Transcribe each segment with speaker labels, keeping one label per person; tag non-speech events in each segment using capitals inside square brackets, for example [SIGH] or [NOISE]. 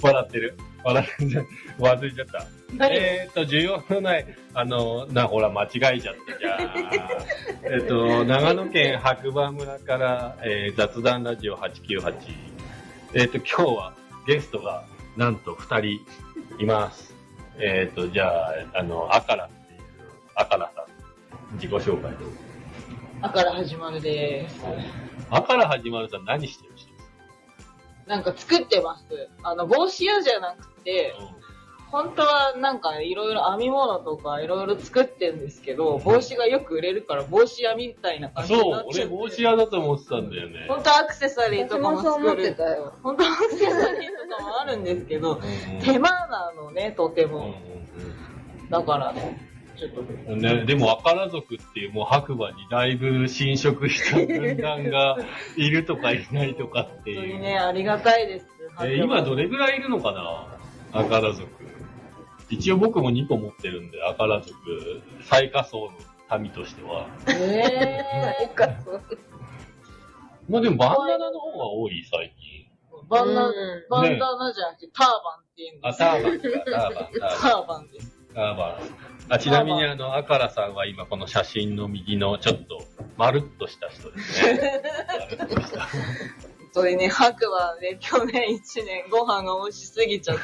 Speaker 1: 笑ってる。笑ってる。忘れちゃった。えーっと、需要のない、あの、な、ほら、間違えちゃったじゃん。えっと、長野県白馬村から、えー雑談ラジオ898。えっと、今日はゲストが、なんと2人います。えっと、じゃあ、あの、あからっていう、あからさん、自己紹介です。
Speaker 2: あから始まるです。
Speaker 1: あから始まるさん、何してる人です
Speaker 2: なんか作ってます。あの、帽子屋じゃなくて、
Speaker 1: か、
Speaker 2: 本当はなんかいろいろ編み物とかいろいろ作ってんですけど、帽子がよく売れるから帽子屋みたいな感じ
Speaker 1: そ
Speaker 2: になっ
Speaker 1: う、
Speaker 2: ち
Speaker 1: 俺
Speaker 2: ゃって。
Speaker 1: 帽子屋だと思ってたんだよね。
Speaker 2: 本当はアクセサリーと
Speaker 3: 私
Speaker 2: かも
Speaker 3: もそう
Speaker 2: 作
Speaker 3: 思っ
Speaker 2: る。
Speaker 3: てたよ。
Speaker 2: 本当はアクセサリーとかもあるんですけど、手間なのね、とて
Speaker 1: うんうん
Speaker 2: も。だからね、ちょっと。
Speaker 1: うんうんね、でも、あから族っていうもう白馬にだいぶ侵食した軍団がいるとかいないとかって
Speaker 2: 本当
Speaker 1: い
Speaker 2: に
Speaker 1: う。
Speaker 2: ね、ありがたいです。
Speaker 1: えー今どれぐらいいるのかなあから族。一応僕も2個持ってるんで、あから族、最下層の民としては。 [LAUGHS]
Speaker 2: え
Speaker 3: なんかそう
Speaker 1: まあでも、バンダナの方が多い、最近。
Speaker 2: ー、バンダ
Speaker 3: う
Speaker 2: ナ、バ
Speaker 3: ん
Speaker 2: ンダナじゃなくてターバンっていうんで
Speaker 1: あ、
Speaker 2: す。
Speaker 1: ターバンか、ターバン、ターバン。
Speaker 2: ターバンです。
Speaker 1: あまあ、あちなみにあの、あからさんは今この写真の右のちょっと、まるっとした人ですね。まるっとした
Speaker 2: それね、白馬で去年一年ご飯が美味しすぎちゃって、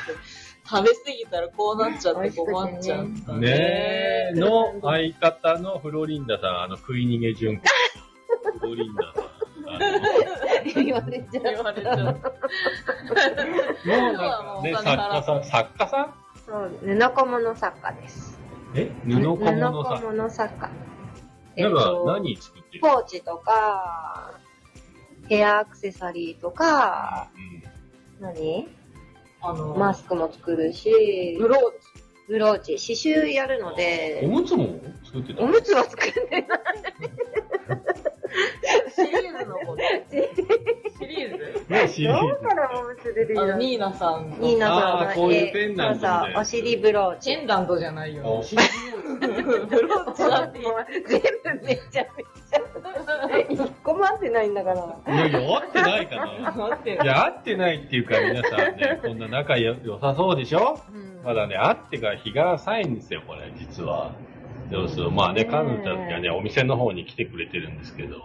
Speaker 2: 食べ過ぎたらこうなっちゃって困っちゃったね。
Speaker 1: ねえ、の相方のフロリンダさん、あの、食い逃げ順子。フロリンダさん。あ
Speaker 3: 言われち
Speaker 2: 言
Speaker 3: ゃ
Speaker 2: わ
Speaker 3: う。
Speaker 2: れちゃった。
Speaker 1: のもうなんかね、作家さん、
Speaker 2: もうお金払っ
Speaker 1: 作家さん
Speaker 3: そう、布小物作家です。
Speaker 1: え布小物さ
Speaker 3: 布小
Speaker 1: ん。
Speaker 3: 物作家。
Speaker 1: なんか
Speaker 3: と、
Speaker 1: 何作ってる
Speaker 3: ポーチとか、ヘアアクセサリーとか、何
Speaker 2: あの、
Speaker 3: マスクも作るし
Speaker 2: ブ、ローチ。
Speaker 3: ブローチ、刺繍やるの
Speaker 1: うんお
Speaker 3: で、
Speaker 1: むつも作ってた
Speaker 3: おむつは作んないな。
Speaker 2: シリーズのこと。シリーズ
Speaker 1: ね、シリー
Speaker 3: どうからおむつ出てき
Speaker 2: あの、
Speaker 3: た
Speaker 2: ニーナさん
Speaker 3: ニー
Speaker 2: の。
Speaker 3: ナさん
Speaker 1: あ
Speaker 3: の
Speaker 1: ーこういうペンダントみたいな
Speaker 3: そうそうお尻ブロー
Speaker 2: [LAUGHS] チ
Speaker 3: チ。
Speaker 2: ェンダントじゃない
Speaker 1: ズ。
Speaker 2: よ
Speaker 1: お
Speaker 2: ね。
Speaker 1: 尻
Speaker 2: ブローチだって言っ
Speaker 3: 全部めちゃめ [LAUGHS] ちゃ。一個も合ってないんだから。
Speaker 1: いやいや、合ってないかな。
Speaker 2: て
Speaker 1: いや、会ってないっていうか、皆さんね、こんな仲よ良さそうでしょ
Speaker 3: うん
Speaker 1: まだね、会ってから日が浅いんですよ、これ、実は。そうそう。まあね、
Speaker 3: ねえ
Speaker 1: 彼女たちがね、お店の方に来てくれてるんですけど、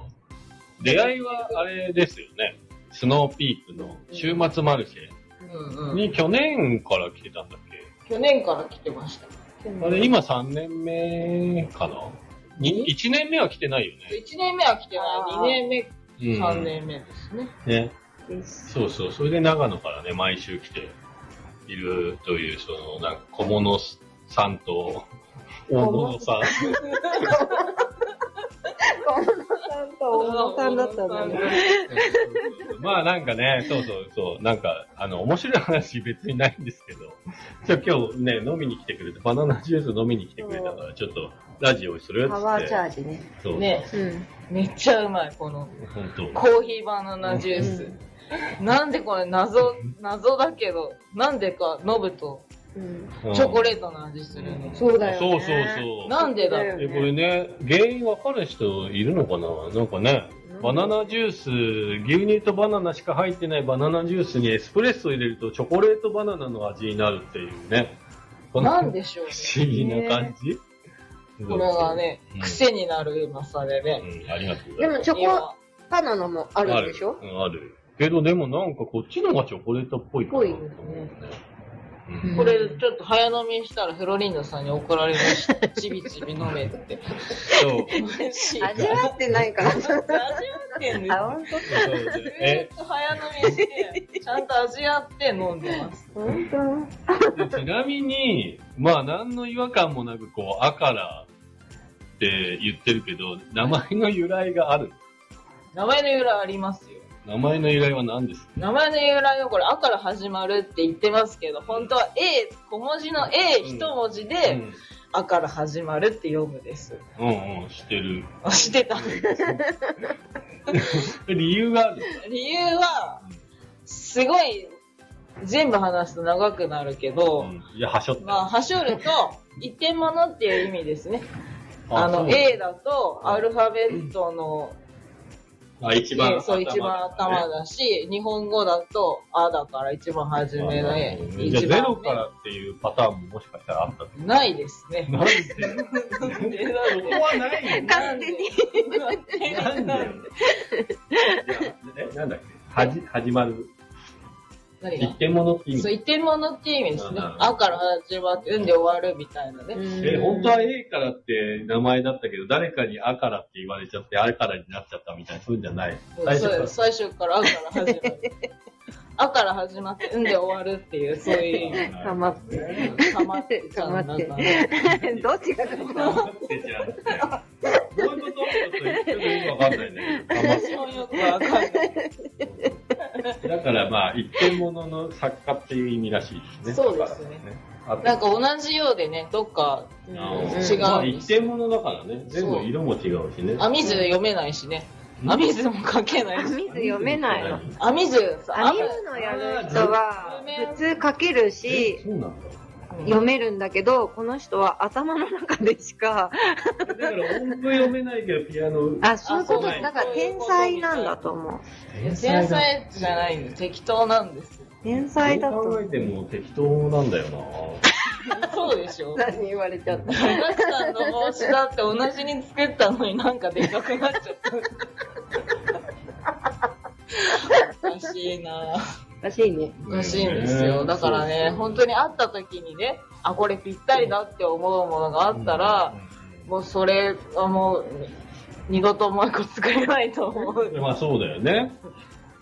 Speaker 1: 出会いはあれですよね。スノーピークの週末マルシ
Speaker 2: うん
Speaker 1: ェ
Speaker 2: うん。
Speaker 1: に去年から来てたんだっけ
Speaker 2: 去年から来てました。
Speaker 1: あれ、今3年目かなに ?1 年目は来てないよね。
Speaker 2: 1年目は来て
Speaker 3: あ
Speaker 2: ない。
Speaker 3: ー
Speaker 2: 2年目、
Speaker 1: うん
Speaker 2: 3年目ですね。
Speaker 1: ね。
Speaker 3: です
Speaker 1: そうそう、それで長野からね、毎週来ているという、その、なんか小物さんと、大物さん。
Speaker 2: [LAUGHS]
Speaker 3: 小野さんと大野さんだったんだね。
Speaker 1: [LAUGHS] まあなんかね、そうそうそう、なんか、あの、面白い話別にないんですけど、ちょ、今日ね、飲みに来てくれて、バナナジュース飲みに来てくれたから、ちょっと、ラジオするっつ
Speaker 3: パ
Speaker 1: っ
Speaker 3: ワー
Speaker 1: て
Speaker 3: チ。ャージね。
Speaker 1: そう、
Speaker 2: ね
Speaker 3: うん。
Speaker 2: めっちゃうまい、この。
Speaker 1: 本当。
Speaker 2: コーヒーバナナジュース。なんでこれ謎、謎だけど、なんでか飲むと
Speaker 3: うん。
Speaker 1: うん
Speaker 2: チョコレートの味するね。
Speaker 3: そうだよね
Speaker 1: そうそうそう。
Speaker 2: なんでだろう
Speaker 1: え、これね、原因わかる人いるのかななんかね、バナナジュース、牛乳とバナナしか入ってないバナナジュースにエスプレッソ入れるとチョコレートバナナの味になるっていうね。この
Speaker 2: なんでしょうね。
Speaker 1: 不思議な感じ、
Speaker 2: これがね
Speaker 1: うん、
Speaker 2: 癖になるうまさでね。
Speaker 1: うん、ありがとうござ
Speaker 3: で
Speaker 1: います。
Speaker 3: もチョコ
Speaker 2: 今
Speaker 3: バナナもあるんでしょ
Speaker 1: ある,、うん、ある。けどでもなんかこっちのがチョコレートっぽいかな
Speaker 3: ぽいですね
Speaker 1: うん
Speaker 3: うん
Speaker 2: これちょっと早飲みしたらフロリンダさんに怒られました。 [LAUGHS] ちびちび飲めって。
Speaker 1: そう。
Speaker 2: 嬉しい。
Speaker 3: 味わってないから。
Speaker 2: 味わってんです
Speaker 3: あ、
Speaker 2: よ。
Speaker 3: ほんと
Speaker 1: そうそうえ
Speaker 2: ずっと早飲みして、ちゃんと味わって飲んでます。
Speaker 3: ほんと
Speaker 1: でちなみに、まあ、何の違和感もなく、こう、あからって言ってるけど、名前の由来がある。
Speaker 2: 名前の由来ありますよ。
Speaker 1: 名前の由来は何ですか
Speaker 2: 名前の由来はこれ、あから始まるって言ってますけど、本当は A、小文字の A 一文字
Speaker 1: う
Speaker 2: で、
Speaker 1: ん、
Speaker 2: あから始まるって読むです。
Speaker 1: うんうん、知ってる。
Speaker 2: あ知ってた。
Speaker 1: 理由がある。
Speaker 2: 理由は、すごい、全部話すと長くなるけ
Speaker 1: う
Speaker 2: ど、
Speaker 1: ん、いや、はしょってる。
Speaker 2: まあ、はしょると、一点物っていう意味ですね。あ
Speaker 1: そ
Speaker 2: の、
Speaker 1: う
Speaker 2: A だと、アルファベットの、
Speaker 1: あ、一番頭、
Speaker 2: そう、一番頭だし、日本語だと、あだから一番初めの
Speaker 1: じゃ
Speaker 2: 絵。
Speaker 1: あ
Speaker 2: 一番目
Speaker 1: ゼロからっていうパターンももしかしたらあったってこと
Speaker 2: ないです
Speaker 1: [LAUGHS]
Speaker 3: [LAUGHS]
Speaker 2: ね。
Speaker 1: なんで
Speaker 2: [LAUGHS] なんで
Speaker 1: そこはないよね。
Speaker 3: 勝手に。
Speaker 1: なんだよ。いやえ、なんだっけはじ、始まる。
Speaker 2: 何
Speaker 1: 一
Speaker 2: が
Speaker 1: 点物って意
Speaker 2: そう、
Speaker 1: 味。
Speaker 2: 一点物って意味ですね。
Speaker 1: うん
Speaker 2: あから始まって、うんで終わるみたいなね。
Speaker 1: え、本当は A からって名前だったけど、誰かにあからって言われちゃって、あからになっちゃったみたいな、そういうんじゃない。最初
Speaker 2: そ
Speaker 1: か
Speaker 2: う
Speaker 1: ら
Speaker 2: です最初からあから始まる。あから始まって、うんで終わるっていう、そういう意味。
Speaker 3: たまって
Speaker 2: たまってちゃんなんだね。
Speaker 3: どっちが
Speaker 1: たまってちゃう。どういうことちょっとよくわかんないね。たまっ
Speaker 2: 私もよくわかんない。
Speaker 1: てだからまあ、一点物の作家っていう意味らしいですね。
Speaker 2: そうですね
Speaker 1: だからね。
Speaker 2: なんか同じようでね、どっかうん
Speaker 1: 違
Speaker 2: 違
Speaker 1: う。まあ
Speaker 2: うんで
Speaker 1: 一
Speaker 2: す。
Speaker 1: 点物だからね、全部色も違うしね。
Speaker 2: 網図読めないしね。網図も書けないし。
Speaker 3: 水読めないの。
Speaker 2: 網図、
Speaker 3: 編み物やる人は普通書ける
Speaker 1: え
Speaker 3: し
Speaker 1: そうなんだ。
Speaker 2: 読
Speaker 3: 読めるんだけどこの人は頭の中でしか
Speaker 1: だから音符読めないけどピアノ。
Speaker 3: あそういうこと
Speaker 1: あそうなんだ
Speaker 3: だから天才なんだと思う
Speaker 1: 天
Speaker 2: 天才じゃないんです。適当なんですよ。
Speaker 3: 天才だ
Speaker 1: どう
Speaker 3: と
Speaker 1: 考えても適当なんだよな。
Speaker 2: そうでしょ。
Speaker 3: 何言われちゃった
Speaker 2: 東さんの帽子だって同じに作ったのになんかでかくなっちゃった。おかしいな
Speaker 3: らしいね
Speaker 2: おかしいんですよ。だからね、本当に会った時にね、あ、これぴったりだって思うものがあったら、もうそれはもう、二度ともう一個作れないと [LAUGHS] 思う。
Speaker 1: まあそうだよね。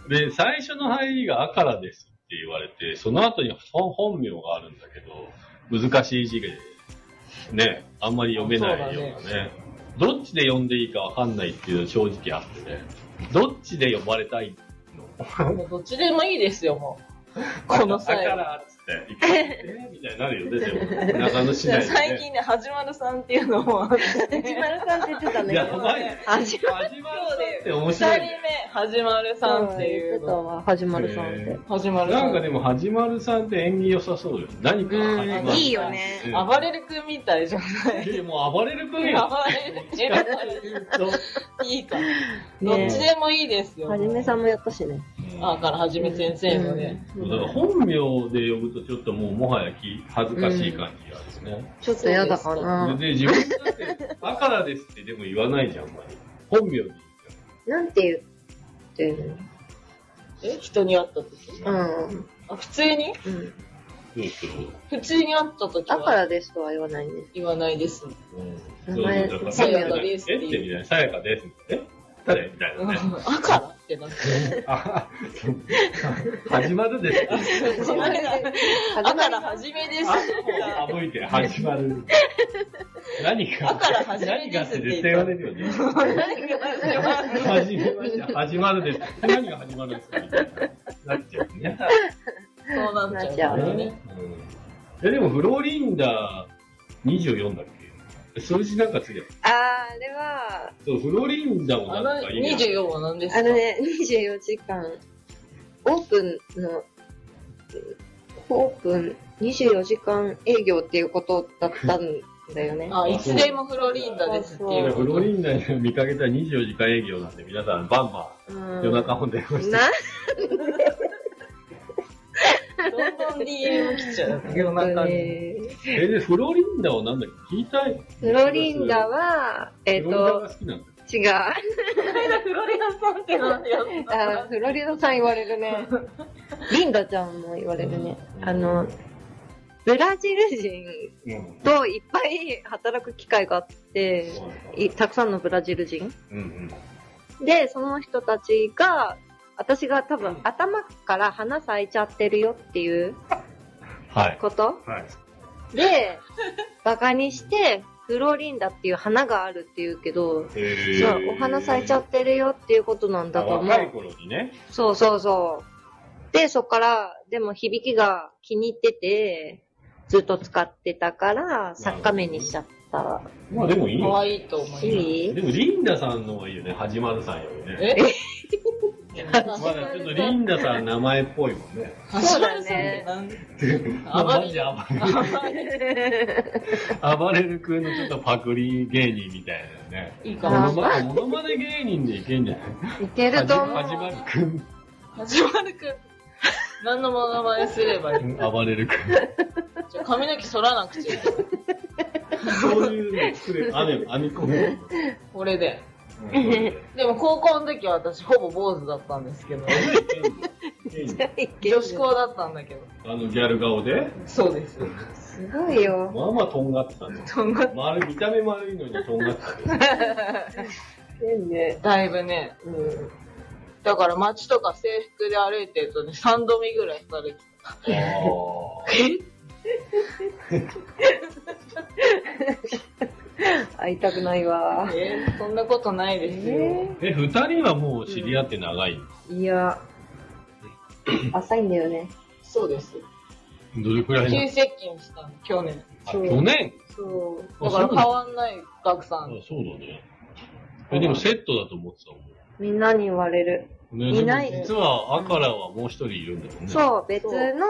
Speaker 1: で、最初の入りがあからですって言われて、その後に本本名があるんだけど、難しい字で、ね、あんまり読めないようなね
Speaker 2: そうだ
Speaker 1: どっちで読んでいいかわかんないっていうのは正直あってね。どっちで読まれたいの
Speaker 2: もうどっちでもいいですよ、もう。この際
Speaker 1: だか。らっつって、一回えーみたいになるよね、でも。中野市内で、ね。
Speaker 2: [LAUGHS] 最近ね、はじまるさんっていうのも、
Speaker 3: 藤丸さんって言ってた
Speaker 1: いや、
Speaker 3: ね
Speaker 1: やばいね。
Speaker 3: 始ま
Speaker 1: 始まるさんって面白
Speaker 2: 二人
Speaker 1: い、
Speaker 2: 目
Speaker 1: ね。、
Speaker 2: はじまるさんっていうの。
Speaker 3: わ始まるさんっ
Speaker 1: へ
Speaker 3: て
Speaker 2: はじまるさん。
Speaker 1: なんかでも、はじまるさんって縁起良さそうよ。何かが始ま
Speaker 3: うん
Speaker 1: る。
Speaker 3: いいよね
Speaker 1: うん
Speaker 2: 暴れる君みたいじゃない。
Speaker 1: でもう暴れる
Speaker 2: 暴
Speaker 1: 君や。
Speaker 2: れる君 [LAUGHS] いいか。ど
Speaker 3: ね
Speaker 2: っちでもいいですよ。
Speaker 3: はじめさんもやったしね
Speaker 2: [LAUGHS] あからはじめ先生もね。
Speaker 1: だから本名で呼ぶとちょっともうもはやき恥ずかしい感じがあるね、
Speaker 3: ちょっとやだかな
Speaker 1: で自分だって「あからです」ってでも言わないじゃんあんまり本名で言う
Speaker 3: なんて言ってる
Speaker 2: え人に会った時
Speaker 3: のうん
Speaker 2: あ、普通に
Speaker 3: うん
Speaker 1: そうそう
Speaker 2: 普通に会った時
Speaker 3: だか
Speaker 2: は
Speaker 3: らですとは言わないね
Speaker 2: 言わないですね。
Speaker 1: うん
Speaker 3: 名前
Speaker 1: そうそう
Speaker 3: さや
Speaker 1: か
Speaker 2: からです
Speaker 1: えってみたいな「さやかです」え誰みたいな
Speaker 2: うん
Speaker 1: ね
Speaker 2: あからってなって。 [LAUGHS]
Speaker 1: あ始まるですって
Speaker 2: ごめんなさいあ
Speaker 3: だ
Speaker 2: からはじめです。
Speaker 1: あ省いて始ま
Speaker 2: [LAUGHS]
Speaker 1: る何か
Speaker 2: あから始め
Speaker 1: 何か
Speaker 2: で
Speaker 1: っ
Speaker 2: す
Speaker 1: て
Speaker 2: って
Speaker 1: 絶
Speaker 2: 言
Speaker 1: 対言わ
Speaker 2: った
Speaker 1: れるよね始めまして始まるです。何が始まるんですかみたいな。なっちゃうね。
Speaker 2: そうなっち
Speaker 3: な
Speaker 2: ゃ
Speaker 3: っ
Speaker 2: う
Speaker 3: ちゃ
Speaker 2: よ
Speaker 3: う
Speaker 2: ね。
Speaker 1: うん、えでも、フローリンダー24だっけ数字なんかついてる。
Speaker 3: あーあれは
Speaker 1: そう、フローリンダーも
Speaker 2: あ
Speaker 1: なん
Speaker 2: の
Speaker 1: かいいね。
Speaker 2: 24は何です
Speaker 3: あ
Speaker 2: か
Speaker 3: のね24時間オープンのオープン24時間営業っていうことだったんだよね
Speaker 2: あ、いつでもフロリンダですって
Speaker 1: い
Speaker 2: い
Speaker 1: や
Speaker 2: う
Speaker 1: フ
Speaker 2: こ
Speaker 1: ロ
Speaker 2: と
Speaker 1: ー。リンダーに見かけたら24時間営業なんで、皆さん、バンバン夜
Speaker 3: 夜
Speaker 1: 中本電話して。
Speaker 3: な
Speaker 2: どんどん DM 来ちゃ [LAUGHS] う。
Speaker 1: 夜中に
Speaker 3: え
Speaker 1: え、で、フローリンダーはなんだっけ聞いたい。
Speaker 3: ーフロリンダはえっ、
Speaker 1: フロリンダー
Speaker 3: と
Speaker 1: が好きなんだよ。
Speaker 3: 違うあ
Speaker 2: この間フロリダさんってなんてやった
Speaker 3: ーフロリダさん言われるね [LAUGHS] リンダちゃんも言われるねあのブラジル人
Speaker 1: うん、
Speaker 3: といっぱい働く機会があっていたくさんのブラジル人
Speaker 1: うんうん。
Speaker 3: で、その人たちが、私が多分頭から花咲いちゃってるよっていう
Speaker 1: はい。
Speaker 3: こと
Speaker 1: はい。
Speaker 3: で、バカにして、フロリンダっていう花があるっていうけど、
Speaker 1: え
Speaker 3: そうお花咲いちゃってるよっていうことなんだと思。
Speaker 1: 若いう頃にね。
Speaker 3: そうそうそう。で、そっから、でも響きが気に入ってて、ずっと使ってたから、作家名にしちゃった。
Speaker 1: まあでもいいよ
Speaker 2: 可。愛いと思います。
Speaker 3: いい
Speaker 2: [LAUGHS]
Speaker 1: でもリンダさんの方がいいよね、はじまるさんよりね。
Speaker 2: え
Speaker 1: まだちょっとリンダさん名前っぽいもんね。
Speaker 3: そうだね。
Speaker 1: まあマジで暴れる。暴れる君のちょっとパクリ芸人みたいなね。
Speaker 2: いいか
Speaker 1: モ
Speaker 2: な。
Speaker 1: ノマネモノマネ芸人でいけんじゃない
Speaker 3: いけると思
Speaker 1: はじまる君、
Speaker 2: 始まるくん。何のものまねすればいい。
Speaker 1: 暴れる君。
Speaker 2: ちょ髪の毛剃らなくちゃいけない。
Speaker 1: そういうの作れる。あ、でも編み込む。
Speaker 2: これで。
Speaker 1: うん
Speaker 2: でも高校の時は私ほぼ坊主だったんですけど、
Speaker 1: あ
Speaker 3: う。いけ
Speaker 2: 女
Speaker 3: る
Speaker 2: 子校だったんだけど。
Speaker 1: のギャル顔で、
Speaker 2: そうです。
Speaker 3: すごいよ。
Speaker 1: まあまあとんがってたね。
Speaker 2: そんな
Speaker 1: 丸見た目丸いのにとんがってたね。
Speaker 3: ね。
Speaker 2: だいぶね、
Speaker 3: うん。
Speaker 2: だから街とか制服で歩いてるとね、3度目ぐらいされて
Speaker 1: あ
Speaker 3: 会いたくないわ。
Speaker 2: えーそんなことないですよ。
Speaker 3: え
Speaker 1: ーえ、二人はもう知り合って長い。
Speaker 3: ーいや、浅いんだよね。
Speaker 2: そうです。
Speaker 1: どれくらいな
Speaker 2: 急
Speaker 1: の
Speaker 2: 接近したの、去年。
Speaker 1: あ去年
Speaker 3: そう。
Speaker 2: だから変わんない、学さ
Speaker 1: あ
Speaker 2: ん。
Speaker 1: そうだね。え、でもセットだと思ってたもん。
Speaker 3: みんなに言われる。
Speaker 1: ね、
Speaker 3: いない
Speaker 1: でも実は、アカラはもう一人いるんだよね。
Speaker 3: そう、別の、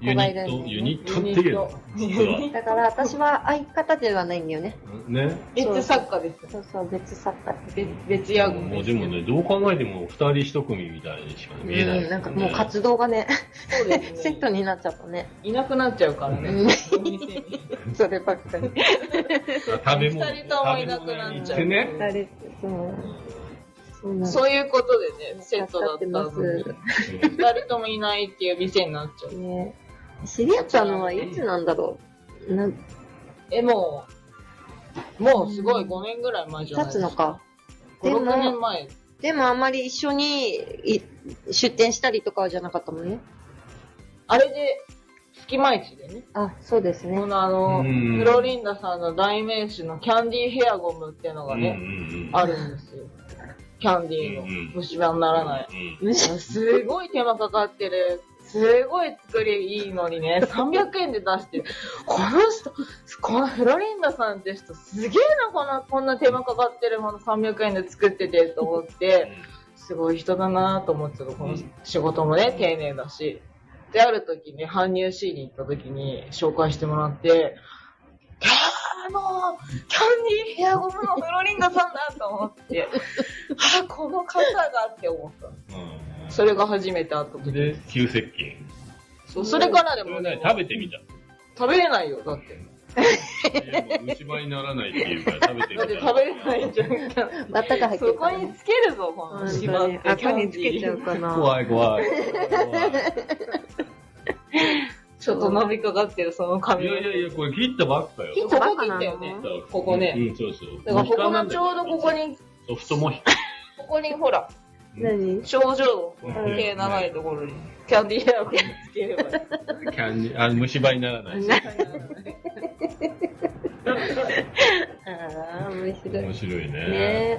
Speaker 1: ユニッ
Speaker 3: 子
Speaker 1: ト、
Speaker 3: がい
Speaker 1: ユ
Speaker 3: るん
Speaker 1: ニットって
Speaker 3: だよね
Speaker 1: 言うの実は。
Speaker 3: だから私は相方ではないんだよね。
Speaker 1: ね。
Speaker 2: 別作家です。
Speaker 3: そうそう、別作家。
Speaker 2: 別、別ヤグ
Speaker 1: もうでもね、どう考えても二人一組みたいにしか見えない、
Speaker 3: うん、なんかもう活動がね、 [LAUGHS]
Speaker 2: そうです、
Speaker 3: セットになっちゃったね。
Speaker 2: いなくなっちゃうからね。お店に
Speaker 3: そればっかり。
Speaker 1: 食べ物。
Speaker 2: 二人ともいな
Speaker 1: 食
Speaker 2: くなっちゃう
Speaker 1: べ物に行ってね。
Speaker 3: あれ、そう。そうなの
Speaker 2: そういうことでね、セットだったのに、
Speaker 3: 助かって
Speaker 2: 二人ともいないっていう店になっちゃ
Speaker 3: ます
Speaker 2: う。
Speaker 3: ね。知り合ったのはいつなんだろう。な、
Speaker 2: え、もう、もうすごい5年ぐらい前じゃないで
Speaker 3: 経つ
Speaker 2: す
Speaker 3: のか。。
Speaker 2: 5、
Speaker 3: で
Speaker 2: 6
Speaker 3: も
Speaker 2: 年前。
Speaker 3: でもあんまり一緒にい出店したりとかはじゃなかったもんね。
Speaker 2: あれで、隙間市でね、
Speaker 3: あ、そうですね
Speaker 2: こ。のあの、
Speaker 1: うん
Speaker 2: フロリンダさんの代名詞のキャンディーヘアゴムっていうのが
Speaker 1: うんうん
Speaker 2: ね、あるんですよ。キャンディーの
Speaker 1: うん
Speaker 2: 虫歯にならない。
Speaker 1: うん。
Speaker 3: むし
Speaker 2: すごい手間かかってる。すごい作りいいのにね、300円で出してる。この人、このフロリンダさんって人、すげえな、こんな、こんな手間かかってるもの300円で作っててと思って、すごい人だなと思ってたこの仕事もね、丁寧だし。で、ある時に、搬入しに行った時に紹介してもらって、あの、キャンディーヘアゴムのフロリンダさんだと思
Speaker 1: [LAUGHS]
Speaker 2: って、あ、この方がって思った。
Speaker 1: うん
Speaker 2: それが初めて会った時
Speaker 1: で、急接近。
Speaker 2: そうそれからで
Speaker 1: それ
Speaker 2: も、
Speaker 1: は
Speaker 2: ね
Speaker 1: ね、、食べてみた。
Speaker 2: 食べれないよ、だって。
Speaker 1: いやもう虫歯にならないっていうから食べてみ
Speaker 2: だ
Speaker 1: た。
Speaker 2: [LAUGHS] って食べれないじゃん。
Speaker 3: ろ、わったか入って
Speaker 2: そ
Speaker 3: る
Speaker 2: こ
Speaker 3: から
Speaker 2: に
Speaker 3: ね。
Speaker 2: つけるぞ、この
Speaker 3: 本
Speaker 2: 芝
Speaker 3: 当
Speaker 2: っ
Speaker 3: に
Speaker 2: て。
Speaker 3: 赤につけちゃうかな。
Speaker 1: 怖い
Speaker 2: [LAUGHS]
Speaker 1: 怖い。怖い
Speaker 2: ちょっと伸びかかってる、その
Speaker 1: い
Speaker 2: 髪。
Speaker 1: やいやいや、これ切ったばっかよ。
Speaker 2: ここ切ったよね。ここね
Speaker 1: うん、そうそう。
Speaker 2: だからここのちょうどここ
Speaker 1: に。
Speaker 2: に、
Speaker 1: ソフトモヒ
Speaker 2: ここにほら、
Speaker 3: 何
Speaker 2: 症状の毛長いところに、キャンディーヘアをつければいい。
Speaker 1: カンキャンディーあの虫歯にならない。
Speaker 3: ああ、面白い。
Speaker 1: 面白いね。
Speaker 3: ね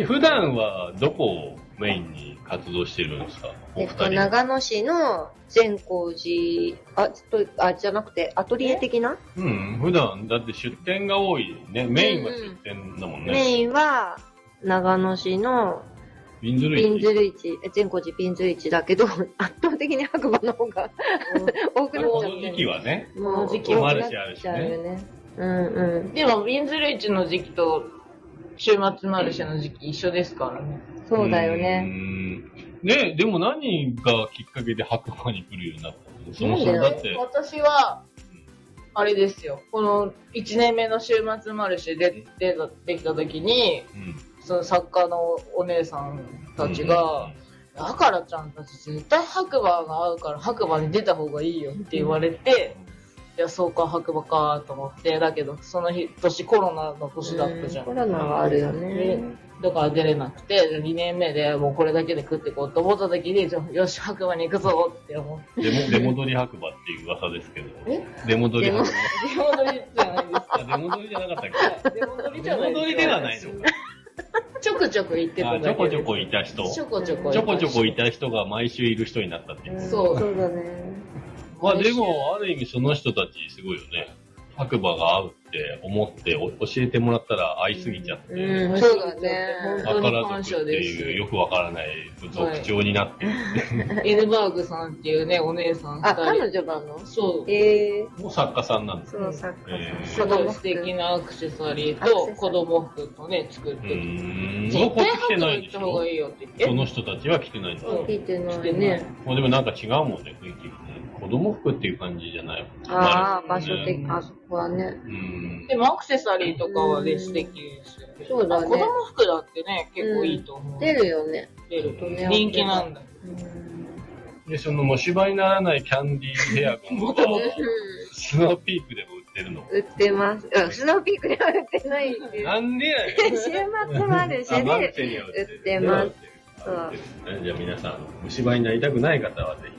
Speaker 1: え、普段はどこをメインに活動してるんですか
Speaker 3: え。
Speaker 1: お
Speaker 3: え
Speaker 1: 二
Speaker 3: っ
Speaker 1: 人
Speaker 3: と、。長野市の善光寺、あ、ちょっと、あ、じゃなくて、アトリエ的な
Speaker 1: うん、普段、だって出店が多いね。メインは出店だもん
Speaker 3: メ
Speaker 1: ね。
Speaker 3: インは、長野市の
Speaker 1: ビンズル
Speaker 3: ピンズ
Speaker 1: イ
Speaker 3: ル市、え善光寺ピンズル市だけど、 [LAUGHS] 圧倒的に白馬の方が多く
Speaker 1: こ
Speaker 3: なっちゃ
Speaker 1: の時期はね。
Speaker 3: う。
Speaker 2: この時期
Speaker 3: 多
Speaker 1: もあ
Speaker 3: く
Speaker 1: る
Speaker 3: なっ
Speaker 1: しあるし
Speaker 3: ち
Speaker 1: ね
Speaker 3: ゃうよね。うんうん。
Speaker 2: でも、ビンズルイチの時期と、週末マルシェの時期一緒ですからね。
Speaker 3: そうだよ
Speaker 1: う
Speaker 3: ね。
Speaker 1: ん。ね、でも何がきっかけで白馬に来るようになったのそもそもだって。
Speaker 2: 私は、あれですよ、この1年目の週末マルシェで出たできた時に、
Speaker 1: うん
Speaker 2: その作家のお姉さんたちが、、あからちゃんたち絶対白馬が合うから白馬に出た方がいいよって言われて、いや、そうか、白馬かと思って、だけど、その日、年コロナの年だったじゃ
Speaker 3: うんコ
Speaker 2: ん。
Speaker 3: ロナはあるよね。
Speaker 2: だから出れなくて、2年目でもうこれだけで食っていこうと思った時に、じゃあよし、白馬に行くぞって思って
Speaker 1: うん出も出戻り白馬っていう噂ですけど。出戻り白馬。
Speaker 2: 出戻りじゃないですか。
Speaker 1: あ出戻りじゃなかったっ
Speaker 2: 出戻り
Speaker 1: け
Speaker 2: じ
Speaker 1: 出
Speaker 2: ゃない
Speaker 1: 戻りではないのか。
Speaker 2: ちょくちょく行 [LAUGHS] ってた
Speaker 1: あちょ
Speaker 2: だけ
Speaker 1: こちょこいた人。
Speaker 2: ち
Speaker 1: ち
Speaker 2: ょこちょこ
Speaker 1: ょこちょこいた人が毎週いる人になったっていうう。
Speaker 3: ん
Speaker 2: そう
Speaker 3: そうだね。
Speaker 1: まあでも、ある意味その人たちすごいよね。白馬が合うって思ってお教えてもらったら合いすぎちゃって、
Speaker 3: うん
Speaker 2: ん
Speaker 3: そうだね
Speaker 2: 本当
Speaker 1: わ
Speaker 2: に
Speaker 1: から
Speaker 2: 感
Speaker 1: 族
Speaker 2: 謝
Speaker 1: って
Speaker 2: で
Speaker 1: いう
Speaker 2: す。
Speaker 1: よくわからない族長になって、
Speaker 2: エルバーグさんっていうね、お姉さん
Speaker 3: あ、
Speaker 2: 二
Speaker 3: 彼
Speaker 2: 人。
Speaker 3: 女なの
Speaker 2: そう。
Speaker 3: ええ
Speaker 1: もう作家さんなんです
Speaker 3: そ
Speaker 1: よ
Speaker 3: の作家
Speaker 1: えー
Speaker 3: さ
Speaker 2: す
Speaker 3: ん。
Speaker 2: ごい素敵なアクセサリー
Speaker 3: アクセサ
Speaker 2: と
Speaker 3: リー
Speaker 2: 子供服とね、作っ
Speaker 1: う
Speaker 2: てて。
Speaker 1: ーん
Speaker 2: 絶
Speaker 1: 残っ
Speaker 2: 対
Speaker 1: てきて
Speaker 2: 白
Speaker 1: な
Speaker 2: 馬
Speaker 1: い
Speaker 2: 行
Speaker 1: で
Speaker 2: っ
Speaker 1: した
Speaker 2: 方が
Speaker 1: ょ
Speaker 2: いいよって
Speaker 1: そ
Speaker 2: 言
Speaker 1: の
Speaker 2: って。
Speaker 1: 人たちは来てないんです
Speaker 2: うん
Speaker 1: よ
Speaker 3: 聞いてない
Speaker 2: 来て
Speaker 3: ね。
Speaker 1: もうでもなんか違うもんね雰囲気ね子供服っていう感じじゃない
Speaker 3: ああ、
Speaker 1: ま
Speaker 3: 場所的、あそこはね。
Speaker 1: うん
Speaker 2: でもアクセサリーとかはね、素敵ですよね。
Speaker 3: そうだね
Speaker 2: あ子供服だってね、結構いいと思う。
Speaker 3: 出るよね。
Speaker 2: 出る
Speaker 1: と
Speaker 3: ね
Speaker 2: 人気なんだ。
Speaker 1: でそのもう芝居にならないキャンディーヘ
Speaker 3: [LAUGHS]
Speaker 1: アゴムがスノーピークでも売ってるの
Speaker 3: 売ってます。うん、スノーピークでは売ってないっていう。
Speaker 1: なんでやねん
Speaker 3: [LAUGHS] 週末もある [LAUGHS] し
Speaker 1: あマル
Speaker 3: ね。
Speaker 1: チェには売ってる
Speaker 3: 売ってます
Speaker 1: 売ってるねじゃあ皆さん、虫歯になりたくない方はぜひ。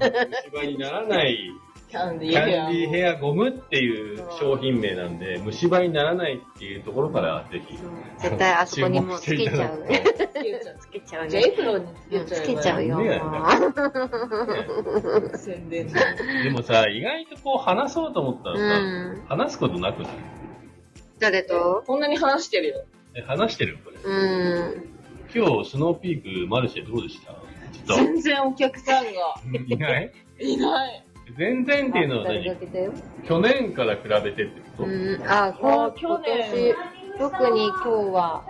Speaker 1: 虫歯にならない
Speaker 2: キャンデ
Speaker 1: キ
Speaker 2: ィ
Speaker 1: ャ
Speaker 2: ー
Speaker 1: ン
Speaker 2: ヘ
Speaker 1: デ
Speaker 2: アも。
Speaker 1: ィーヘアゴムっていう商品名なんで、虫歯にならないっていうところからぜひ。
Speaker 3: 絶対あそこにもうつけちゃう。
Speaker 1: 注
Speaker 2: つけちゃう
Speaker 3: つけちゃう
Speaker 2: じゃ
Speaker 3: ね
Speaker 2: あエ。プロンにつ
Speaker 3: う
Speaker 2: け
Speaker 3: ん
Speaker 2: ちゃえばい
Speaker 3: つ
Speaker 2: い
Speaker 3: けちゃうよ。
Speaker 1: ね目し
Speaker 3: [LAUGHS]
Speaker 1: ていただくとね
Speaker 2: 宣伝で。
Speaker 1: [LAUGHS] でもさ、意外とこう話そうと思ったら
Speaker 3: う
Speaker 1: さ、
Speaker 3: ん。
Speaker 1: 話すことなくない
Speaker 3: 誰と
Speaker 2: こんなに話してるよ。
Speaker 1: え話してるよこれ。
Speaker 3: うん。
Speaker 1: 今日、スノーピークマルシェどうでしたちょっ
Speaker 2: 全然お客さんが
Speaker 1: と、いない
Speaker 2: いない。
Speaker 1: 全然っていうのは
Speaker 3: 誰だ
Speaker 1: 何
Speaker 3: けだよ。
Speaker 1: 去年から比べてってこと、
Speaker 3: うん。あ、
Speaker 2: も
Speaker 3: こ
Speaker 2: う
Speaker 3: う、
Speaker 2: 去
Speaker 3: 今
Speaker 2: 年
Speaker 3: 年、特に今日は、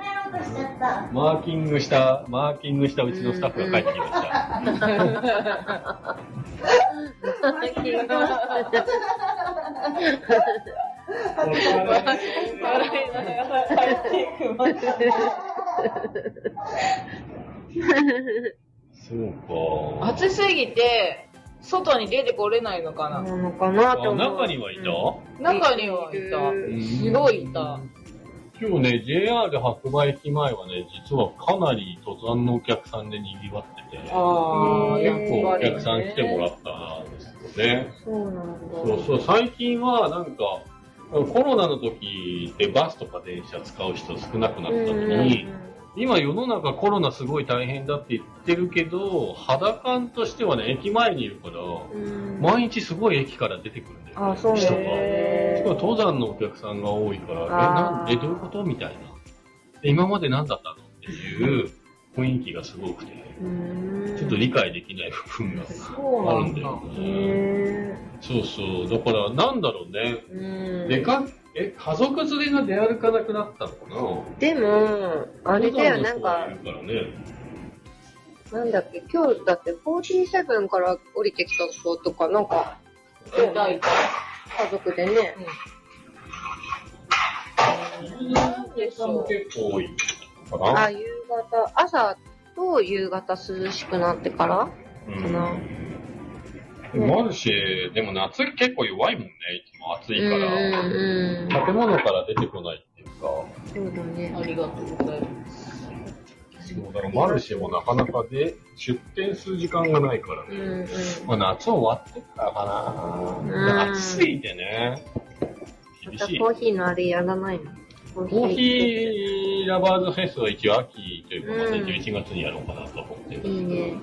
Speaker 1: マーキングした、マーキングしたうちのスタッフが帰ってきました。
Speaker 2: 笑いながら帰っていくまで。
Speaker 1: そうか。
Speaker 2: 暑すぎて、外に出てこれないのか
Speaker 3: な
Speaker 2: な。
Speaker 3: のかなと
Speaker 1: あ
Speaker 3: 思う。
Speaker 1: 中にはいた、
Speaker 2: 中にはいた。
Speaker 1: うん
Speaker 2: すごいいた。
Speaker 1: 今日ね、JR 白馬駅前はね、実はかなり登山のお客さんで賑わってて、結
Speaker 2: あ
Speaker 3: ー
Speaker 1: 構お
Speaker 3: やっぱりね
Speaker 1: 客さん来てもらったなですよね。
Speaker 3: そうなんだ。
Speaker 1: そうそう、最近はなんか、コロナの時ってバスとか電車使う人少なくなった時に、今世の中コロナすごい大変だって言ってるけど、肌感としてはね、駅前にいるから、
Speaker 3: うん
Speaker 1: 毎日すごい駅から出てくるんだよ、ね。
Speaker 3: あ、そう
Speaker 1: 人
Speaker 3: なん
Speaker 1: が。し
Speaker 3: だ
Speaker 1: かも登山のお客さんが多いから、え、なん
Speaker 3: あー
Speaker 1: えどういうことみたいな。で今まで何だったのっていう雰囲気がすごくて、
Speaker 3: うん
Speaker 1: ちょっと理解できない部分が
Speaker 2: そう
Speaker 1: あ
Speaker 2: な
Speaker 1: るん
Speaker 2: ん
Speaker 1: だ
Speaker 2: だ。
Speaker 1: よね。
Speaker 3: へ
Speaker 1: そうそう。だから、なんだろうね。
Speaker 3: ーうん
Speaker 1: でか、え、家族連れが出歩かなくなったのかな
Speaker 3: でも、あれだよ、な
Speaker 1: 登山の人
Speaker 3: んか、
Speaker 1: がいるからね。
Speaker 3: なんだっけ、今日だって47から降りてきた人とか、なんか、
Speaker 2: いたいた。
Speaker 3: 家族でね、
Speaker 2: なんでし
Speaker 1: 人も
Speaker 2: ょう。
Speaker 1: 結構多いかな。
Speaker 3: あ、夕方、朝と夕方涼しくなってから
Speaker 1: うん、マルシェ、でも夏結構弱いもんね。いつも暑いか
Speaker 3: うん
Speaker 1: ら。
Speaker 3: うんうん。
Speaker 1: 建物から出てこないっていうか。
Speaker 3: そうだね。
Speaker 2: ありがとうございます。
Speaker 1: そうだからマルシェもなかなかで出店する時間がないから
Speaker 3: う
Speaker 1: ね。
Speaker 3: んうん。
Speaker 1: まあ、夏終わってからか
Speaker 3: うん
Speaker 1: な。暑すぎてね。厳
Speaker 3: また
Speaker 1: しい。
Speaker 3: コーヒーのあれやらないのコ
Speaker 1: コーヒ
Speaker 3: ー
Speaker 1: ーラバーズフェスは一応秋というか、また
Speaker 3: うん
Speaker 1: 11月にやろうかなと思ってるん
Speaker 3: い
Speaker 1: で
Speaker 3: い
Speaker 1: す
Speaker 3: ね。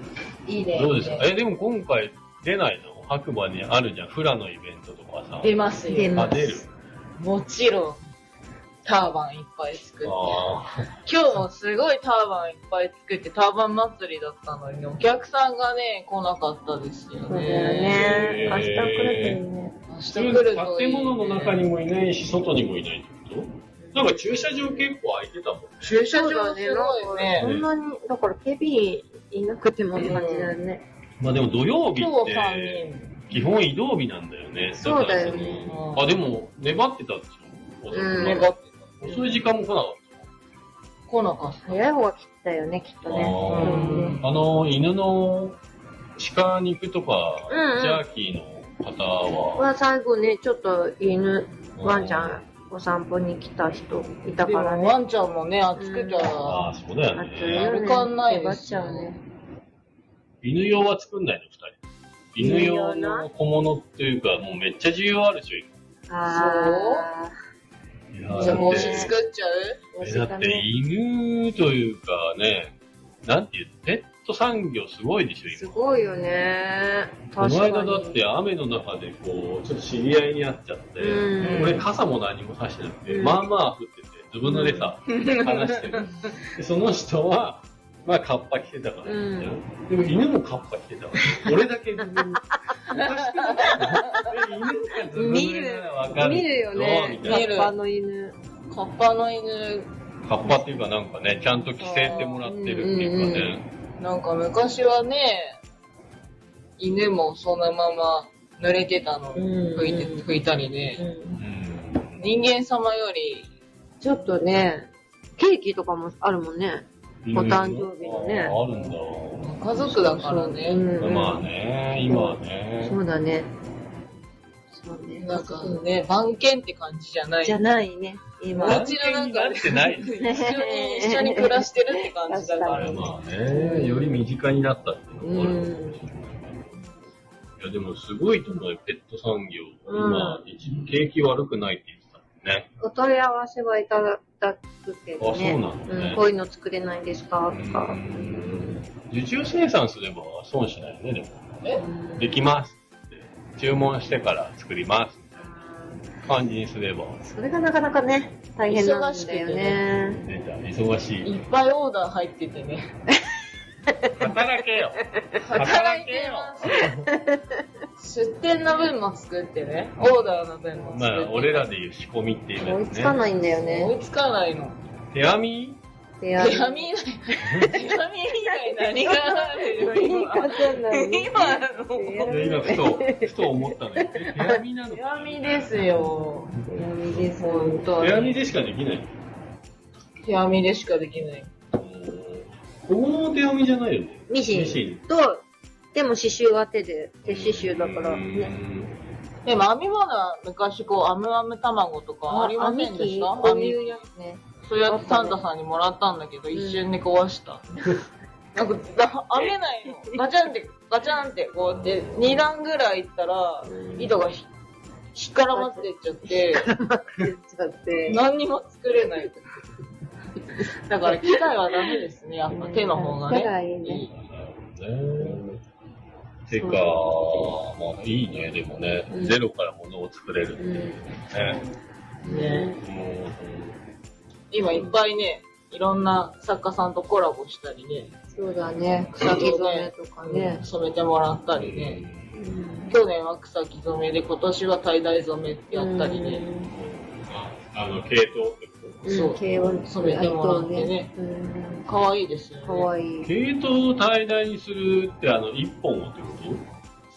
Speaker 2: いい
Speaker 1: け
Speaker 2: ね。
Speaker 1: ど。どうですかえ、でも今回出ないの白馬にあるじゃん。フラのイベントとかさ。
Speaker 2: 出ます
Speaker 3: 出
Speaker 2: よ。
Speaker 3: ま
Speaker 1: あ、出る。
Speaker 2: もちろん、ターバンいっぱい作って。
Speaker 1: あ
Speaker 2: 今日もすごいターバンいっぱい作って、ターバン祭りだったのに、お客さんがね、来なかったですよね。
Speaker 3: そうだよね。明日来るといいね。
Speaker 2: 明日来る
Speaker 1: あ。
Speaker 2: といい
Speaker 1: 建
Speaker 2: ね
Speaker 1: 物の中にもいないし、外にもいないってことなんか駐車場結構空いてたもん。
Speaker 2: 駐車
Speaker 3: そうだ
Speaker 2: 場
Speaker 3: ね
Speaker 2: すごい
Speaker 3: そ
Speaker 2: ね。
Speaker 3: んなに、だから警備員いなくてもって感じだよね。
Speaker 1: まあでも土曜日
Speaker 2: 今
Speaker 1: っ
Speaker 2: 日
Speaker 1: て、
Speaker 2: 3
Speaker 1: 基本移動日なんだよね。
Speaker 3: そうだよね
Speaker 1: からその
Speaker 2: うん
Speaker 1: あ、でも、粘ってたでしょ遅く
Speaker 3: う
Speaker 1: ま
Speaker 2: 人。
Speaker 3: ん
Speaker 2: 願
Speaker 1: で
Speaker 2: って
Speaker 1: 遅い時間も来なかった。
Speaker 2: 来なかった。
Speaker 3: 早い方がきっとだよね、きっと
Speaker 1: あ
Speaker 3: ね。
Speaker 1: ーあの、犬の鹿肉とか、
Speaker 3: うんうん
Speaker 1: ジャーキーの方
Speaker 3: こ
Speaker 1: は、
Speaker 3: は最後ね、ちょっと犬、
Speaker 1: う
Speaker 3: ワンちゃん、お散歩に来た人いた
Speaker 2: で
Speaker 3: から
Speaker 2: も
Speaker 3: ね。
Speaker 2: ワンちゃんもね、暑くて
Speaker 1: ああ、そうだよ
Speaker 3: 暑いよ
Speaker 1: ね。
Speaker 3: ね。
Speaker 2: 歩かないで
Speaker 3: 粘っ
Speaker 2: す
Speaker 3: ちゃうね。
Speaker 1: 犬用は作んないの、二人。犬用の小物っていうか、もうめっちゃ需要あるでしょ、
Speaker 3: あ
Speaker 1: 今いやー
Speaker 2: じゃ
Speaker 1: だ
Speaker 2: あ
Speaker 1: っ
Speaker 2: 帽
Speaker 1: て
Speaker 2: 子作っちゃう
Speaker 3: ー
Speaker 1: えだって犬というかね、なんていうペト産業すごいでしょ、
Speaker 3: す
Speaker 1: 今。
Speaker 3: ごいよね。
Speaker 1: こ
Speaker 3: 確
Speaker 1: の
Speaker 3: かに。
Speaker 1: 間だって雨の中でこう、ちょっと知り合いに会っちゃって、
Speaker 3: うん
Speaker 1: 俺傘も何も差してなくて、
Speaker 3: うん
Speaker 1: まあまあ降ってて、ずぶ濡れさ、話してる。でその人は、まあカッパ着てたから、
Speaker 3: うん
Speaker 1: でも犬もカッパ着てたから、俺だけずぶ濡れ。おかしくないで犬がずぶ濡れならわかる。
Speaker 3: 見るよね。
Speaker 1: み
Speaker 3: カ
Speaker 1: たい
Speaker 2: 見る
Speaker 3: ッパの犬。
Speaker 2: カッパの犬、
Speaker 1: なカッパっていうかなんかね、ちゃんと着せてもらってるっていうかね。
Speaker 2: なんか昔はね、犬もそのまま濡れてたの。
Speaker 3: うん
Speaker 2: 拭いて、拭いたりね。
Speaker 1: うん
Speaker 2: 人間様より、
Speaker 3: ちょっとね、ケーキとかもあるもんね。お誕生日のね
Speaker 1: ああるんだ。
Speaker 2: 家族だからね。
Speaker 3: うんうん
Speaker 1: まあね、今はね。
Speaker 3: そうだね。そうね。
Speaker 2: なんかね、番犬って感じじゃない。
Speaker 3: じゃないね。今。
Speaker 2: お家の中
Speaker 1: なんてないです
Speaker 2: 一緒に、一緒に暮らしてるって感じだか
Speaker 1: からら
Speaker 2: ね。
Speaker 1: まあね、より身近になったっていうのもあるかもしれない。いや、でもすごいと思うよ、ペット産業。今、一景気悪くないって言ってたもんね。
Speaker 3: お問い合わせはいただくけどね。
Speaker 1: あそうなんだね
Speaker 3: うんこういうの作れないですかとか。
Speaker 1: 受注生産すれば損しないよね、でも。
Speaker 3: うん
Speaker 1: できますって。注文してから作ります。感じにすれば、
Speaker 3: それがなかなかね、大変なんだよね。
Speaker 1: 出た忙し
Speaker 2: いっ
Speaker 1: い。
Speaker 2: ぱいオーダー入っててね。
Speaker 1: 働けよ
Speaker 2: 働いてます。出店の分も作ってね。オーダーの分も作っ
Speaker 1: ま
Speaker 2: て。
Speaker 1: あ、俺らでいう仕込みっていう
Speaker 3: 追
Speaker 1: や
Speaker 3: い
Speaker 1: つ
Speaker 3: つか
Speaker 1: ね。
Speaker 3: ないんだよ
Speaker 2: 追
Speaker 3: ね。
Speaker 2: いつかないの。
Speaker 1: 手編み
Speaker 3: 手
Speaker 2: 手紙以外、手紙以外何があるの
Speaker 3: 言い
Speaker 2: 今。
Speaker 3: 方ない。
Speaker 2: 今の。
Speaker 3: 手
Speaker 1: 今、ふと、ふと思ったのよ。え手編みなの
Speaker 2: 手
Speaker 1: か
Speaker 2: 紙ですよ。
Speaker 3: 手紙です。
Speaker 2: 本当
Speaker 1: 手編み
Speaker 2: に。
Speaker 1: でしかできない。
Speaker 2: 手紙でしかできない。
Speaker 1: この手編みじゃないよね。
Speaker 3: ミシ
Speaker 1: ミシ
Speaker 3: ンと、でも刺繍は手で、手刺繍だからね。
Speaker 2: でも編み物は昔こう、編む編む卵とかありませんでし
Speaker 3: あ
Speaker 2: た
Speaker 3: こ
Speaker 2: 編
Speaker 3: う
Speaker 2: み
Speaker 3: いうやつね。
Speaker 2: そうやってサンタさんにもらったんだけど、一瞬で壊
Speaker 3: [LAUGHS]
Speaker 2: した。なんか、だ編めないの。ガチャンって、ガチャンって、こうやって、2段ぐらいいったら、糸がひ引っからまってっちゃ
Speaker 3: [LAUGHS]
Speaker 2: って、
Speaker 3: 言っちゃって。
Speaker 2: 何にも作れない。だから機械はダメですね、やっぱ手の方が
Speaker 3: 手がいい
Speaker 2: ね。
Speaker 3: ね
Speaker 2: いい
Speaker 1: ねてか、まあいいね、でもね、
Speaker 3: うん
Speaker 1: ゼロからものを作れるって
Speaker 3: う
Speaker 1: いうんね。
Speaker 2: ね
Speaker 1: も
Speaker 2: 今いっぱいね、いろんな作家さんとコラボしたりね、
Speaker 3: そうだね。草木染めとかね。
Speaker 2: 染めてもらった
Speaker 1: う
Speaker 2: りね。
Speaker 1: ん
Speaker 2: 去年は草木染めで、今年は滞在染めってやったりね。
Speaker 1: あの、系統ってこと
Speaker 3: うん。
Speaker 2: そう
Speaker 3: うん軽音
Speaker 2: 染めてもらってね。
Speaker 3: うん。
Speaker 2: 可愛いですよね。
Speaker 3: かわいい。
Speaker 1: 系統を平らにするって、あの、一本をってこと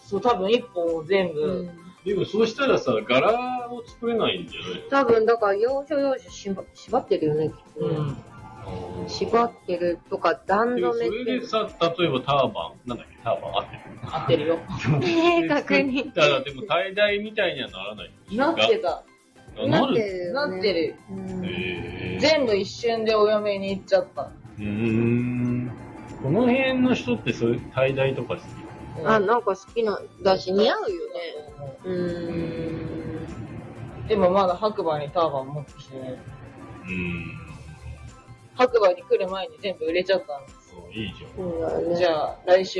Speaker 2: そう、多分一本を全部、
Speaker 3: うん
Speaker 1: でもそうしたらさ、柄も作れないんじゃない
Speaker 3: 多分、だから、要所要所縛縛ってるよね、きっとね
Speaker 2: うん
Speaker 3: 縛ってるとか、段
Speaker 1: でもそ
Speaker 3: 染め
Speaker 1: れ
Speaker 3: っ
Speaker 1: で
Speaker 3: て。
Speaker 1: さ、例えばターバン、なんだっけ、ターバンあってる。
Speaker 2: 合ってるよ。
Speaker 3: 正確
Speaker 1: 作
Speaker 3: に
Speaker 1: っ。たら、でも滞在みたいにはならない。
Speaker 2: なってた。
Speaker 1: あ
Speaker 3: な
Speaker 1: な
Speaker 3: って
Speaker 1: る。
Speaker 3: る
Speaker 2: な
Speaker 3: よね。
Speaker 2: ってる。
Speaker 3: うん。
Speaker 1: へー
Speaker 2: 全部一瞬でお嫁に行っちゃった。
Speaker 1: うーん。この辺の人ってそういう滞在とか好き
Speaker 3: あ、
Speaker 2: うん
Speaker 3: なんか好きな、だし、似合うよね。う
Speaker 1: う
Speaker 3: ーん。
Speaker 2: でもまだ白馬にターバン持ってきてない。
Speaker 1: ん。
Speaker 2: 白馬に来る前に全部売れちゃったんで
Speaker 1: そう、いいじ
Speaker 3: そうだよ
Speaker 2: す。
Speaker 3: ね。
Speaker 2: じゃあ、来週。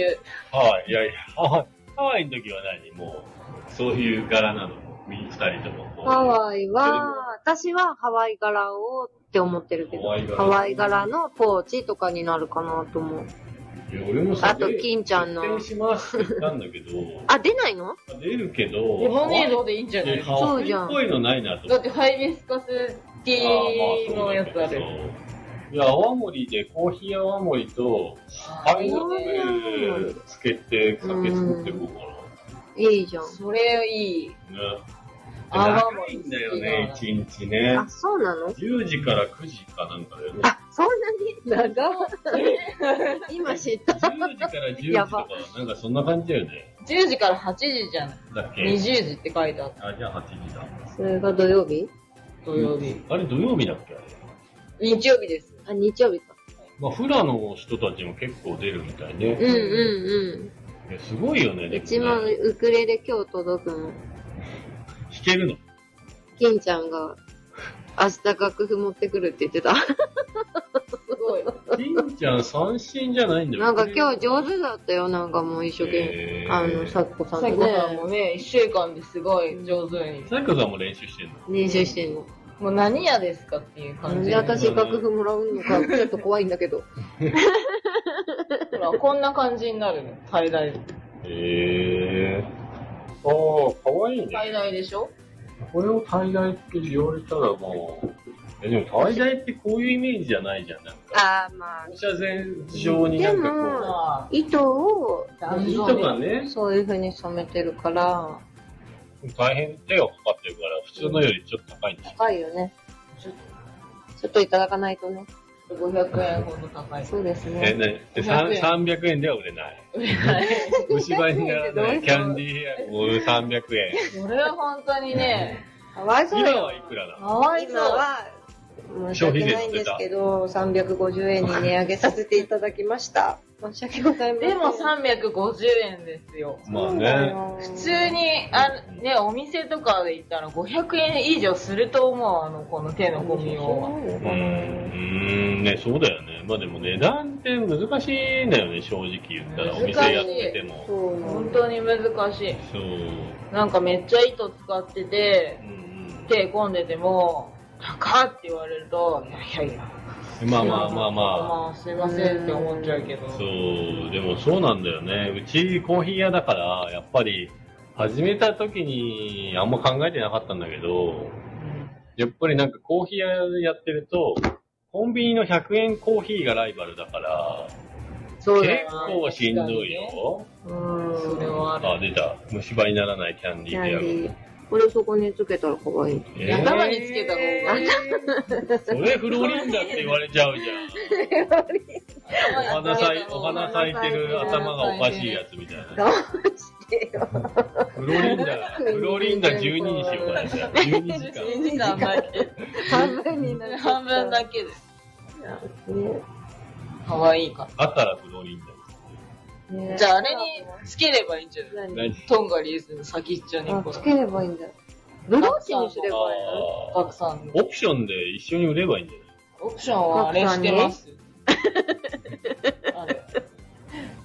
Speaker 1: ゃん。はい、いやいや、はいハワイの時は何もう、そういう柄なのみ二人とも。
Speaker 3: ハワイは、私はハワイ柄をって思ってるけど、
Speaker 1: ハワイ柄
Speaker 3: ハワイ柄のポーチとかになるかなと思う。
Speaker 1: いや俺もさ
Speaker 3: あと金ちゃんの
Speaker 1: 出店しますって言ったんだけど、
Speaker 3: あ、 [LAUGHS] 出ないの
Speaker 1: 出るけど、
Speaker 2: レモネードでいいんじゃない
Speaker 1: で
Speaker 2: です
Speaker 1: ハ
Speaker 2: か。
Speaker 1: ワ
Speaker 3: そ
Speaker 1: イ
Speaker 3: うじゃん
Speaker 1: っぽいのないなと
Speaker 2: だ
Speaker 1: 思
Speaker 2: っ
Speaker 1: ってて。
Speaker 2: ハイビスカスティーのやつある。
Speaker 1: いや、泡盛で、コーヒー泡盛と、ハイボールつけて、酒作っていこうか
Speaker 3: いいじゃん。
Speaker 2: それいい。
Speaker 1: な。ね。
Speaker 2: 泡
Speaker 1: 長い
Speaker 2: 盛好
Speaker 1: ん
Speaker 2: き
Speaker 1: だ
Speaker 2: な
Speaker 1: よ
Speaker 2: の
Speaker 1: ね、一日ね
Speaker 3: あ、。そうなの
Speaker 1: 10時から9時かなんかだよね。
Speaker 3: あ、そんなに [LAUGHS] 長い。今知った。
Speaker 1: 10時から10時
Speaker 3: や
Speaker 1: と
Speaker 3: ば
Speaker 1: か、なんかそんな感じだよね。
Speaker 2: 10時から8時じゃない。
Speaker 1: だっけ
Speaker 2: 20時って書いてあった。
Speaker 1: あ、じゃあ8時だ。
Speaker 3: それが土曜日
Speaker 2: 土曜日。
Speaker 1: あれ土曜日だっけあれ
Speaker 2: 日曜日です。
Speaker 3: あ、日曜日か。
Speaker 1: まあ、フラの人たちも結構出るみたいね
Speaker 3: うん。うん
Speaker 1: いやすごいよね、
Speaker 3: うん。う
Speaker 1: で
Speaker 3: ち
Speaker 1: も
Speaker 3: も
Speaker 1: ね。
Speaker 3: ウクレレ今日届くの。
Speaker 1: 弾けるの。
Speaker 3: 金ちゃん [LAUGHS] が明日楽譜持ってくるって言ってた。
Speaker 2: すごい。
Speaker 1: 金んちゃん三振じゃないんだよ。
Speaker 3: なんか今日上手だったよ、なんかもう一生懸命。
Speaker 1: えー
Speaker 3: あの、さっこさん
Speaker 2: さ
Speaker 3: と
Speaker 2: くさん
Speaker 3: ね、
Speaker 2: もね、1週間ですごい上手に。
Speaker 1: サイコさんも練習してんの
Speaker 3: 練習してんの。
Speaker 2: もう何屋ですかっていう
Speaker 3: な
Speaker 2: 感
Speaker 3: ん
Speaker 2: じ。
Speaker 3: で
Speaker 2: ほ
Speaker 3: 私楽譜もらうのか、ちょっと怖いんだ [LAUGHS] けど。
Speaker 2: ら、こんな感じになるの。最大。
Speaker 1: へえー。ああ、かわいいね。
Speaker 2: 最大でしょ
Speaker 1: これを大大って言われたらもう、えでも大大ってこういうイメージじゃないじゃん。なんか、
Speaker 3: ああ、まあ。
Speaker 1: 放射線上になんか
Speaker 2: まあ、
Speaker 3: 糸を、
Speaker 1: こ
Speaker 2: で
Speaker 1: う、
Speaker 2: も
Speaker 1: 木とかね、
Speaker 3: そういう風に染めてるから、
Speaker 1: 大変手がかかってるから、普通のよりちょっと高いんですよ。
Speaker 3: 高いよね。ちょっとちょっといただかないとね。
Speaker 2: 500円ほど高い。
Speaker 3: そうです
Speaker 1: え、
Speaker 3: ね。
Speaker 1: ね、でさん
Speaker 2: 500円
Speaker 1: 300円では売れない。虫歯にならない。キャンディーヘア、もう300円。
Speaker 2: それは本当にね、
Speaker 3: かわいそう
Speaker 1: 今
Speaker 3: だ
Speaker 1: は
Speaker 3: よ
Speaker 1: いくらな
Speaker 2: か
Speaker 1: の
Speaker 2: わいそう
Speaker 3: 今。は、申し
Speaker 1: 消費
Speaker 3: 訳
Speaker 1: 税
Speaker 3: ないんですけど、350円に値上げさせていただきました。申し訳ございません。
Speaker 2: でも350円ですよ。
Speaker 1: まあね。
Speaker 3: 普
Speaker 2: 普通にあ、ね、お店とかで行ったら500円以上すると思う、あの、この手のゴミを。
Speaker 1: うーん、ね、そうだよね。まあでも値段って難しいんだよね、正直言ったら。お
Speaker 2: 難しい
Speaker 1: 店やってても。
Speaker 3: そうな
Speaker 2: 本
Speaker 3: んだ。
Speaker 2: 当に難しい。
Speaker 1: そう。
Speaker 2: なんかめっちゃ糸使ってて
Speaker 1: う、ん
Speaker 2: 手込んでても、高っって言われると、いやいやいや、
Speaker 1: うん、まあまあまあまあ。
Speaker 2: まあすいませんって思っちゃうけど。
Speaker 1: そう、でもそうなんだよね。うちコーヒー屋だから、やっぱり、始めた時にあんま考えてなかったんだけど、やっぱりなんかコーヒー屋やってると、コンビニの100円コーヒーがライバルだから、
Speaker 2: そ
Speaker 1: 結構しんどい。よ。
Speaker 3: うん。
Speaker 2: それはあ
Speaker 1: あ、
Speaker 2: る。
Speaker 1: 出た。虫歯にならないキャンディ
Speaker 3: キ
Speaker 1: ー
Speaker 3: ャン
Speaker 1: ヘ
Speaker 3: デ
Speaker 1: アゴム
Speaker 3: ィー。これそこにつけたら可愛い。
Speaker 1: えー
Speaker 2: 頭につけた方
Speaker 1: それフロリンダって言われちゃうじゃん。お花咲いお花咲いてる頭がおかしいやつみたいな。
Speaker 3: 我慢してよ。
Speaker 1: フロリンダ、フロリンダ12にしようかな。じゃあ12時間。
Speaker 3: [LAUGHS]
Speaker 2: 12時間だけ。
Speaker 3: [LAUGHS] 半分になっちゃった
Speaker 2: 半分だけで。
Speaker 3: ね
Speaker 2: かわいいか
Speaker 1: あったらフロリンダ
Speaker 3: ね
Speaker 2: ら。じゃああれにつければいいんじゃない
Speaker 3: 何
Speaker 1: 何
Speaker 2: トンガリーズの先っちょに
Speaker 3: あ
Speaker 2: こ
Speaker 3: つ
Speaker 2: う
Speaker 3: ければいいんだ。ブローチにすればいいの
Speaker 1: あ
Speaker 2: たくさん
Speaker 1: ーオプションで一緒に売ればいいんじゃない
Speaker 2: オプションはあれしてます。あれ。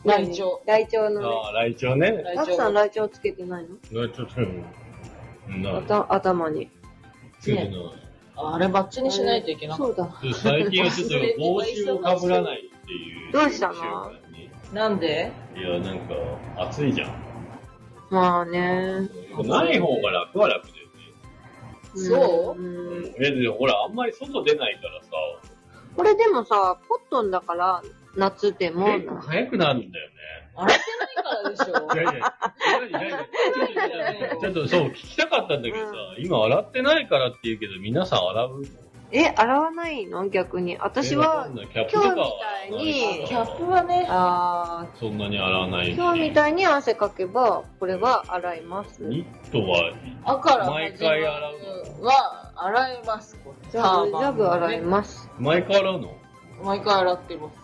Speaker 2: ライチョウ
Speaker 3: ライチョウのね。
Speaker 1: ああ、来庁ね。
Speaker 2: ライ
Speaker 3: パ
Speaker 2: チ
Speaker 3: ク
Speaker 2: ョ
Speaker 3: さ
Speaker 2: ウ
Speaker 3: んライチョウつけてないの
Speaker 1: 来庁ってな
Speaker 3: あ
Speaker 1: い。
Speaker 3: た頭に。
Speaker 1: ついてない。
Speaker 2: あれバッチにしないといけなかっ
Speaker 3: そうだ。
Speaker 1: で最近はちょっと帽子をかぶらないっていう。
Speaker 3: どうしたの
Speaker 1: 習慣に
Speaker 2: た。なんで
Speaker 1: いや、なんか、暑いじゃん。
Speaker 3: まあね。
Speaker 1: ない方が楽は楽だよね。
Speaker 2: そう
Speaker 1: うん
Speaker 3: ん
Speaker 1: え、でほら、あんまり外出ないからさ、
Speaker 3: これでもさ、コットンだから、夏でも。
Speaker 1: 結構早くなるんだよね。
Speaker 2: 洗ってないから
Speaker 1: い
Speaker 2: でし
Speaker 1: やいや、何何何ちょっとそう、聞きたかったんだけどさ、今洗ってないからって言うけど、皆さん洗う
Speaker 3: え、洗わないの逆に。私は、
Speaker 1: 今日みた
Speaker 3: 今日みたい
Speaker 2: ょ。
Speaker 3: に
Speaker 2: キャップはね、
Speaker 3: あ
Speaker 1: そんなに洗わな
Speaker 3: ー
Speaker 1: い。
Speaker 3: 今日みたいに汗かけば、これは洗います。
Speaker 1: ニットは、
Speaker 2: 赤から
Speaker 1: 毎回洗
Speaker 2: うは洗いますこれ
Speaker 3: ジャブ、ジャブ
Speaker 2: ターバン
Speaker 3: 洗い
Speaker 2: [LAUGHS]
Speaker 3: ます。
Speaker 1: 毎回洗うの
Speaker 2: 毎回洗ってます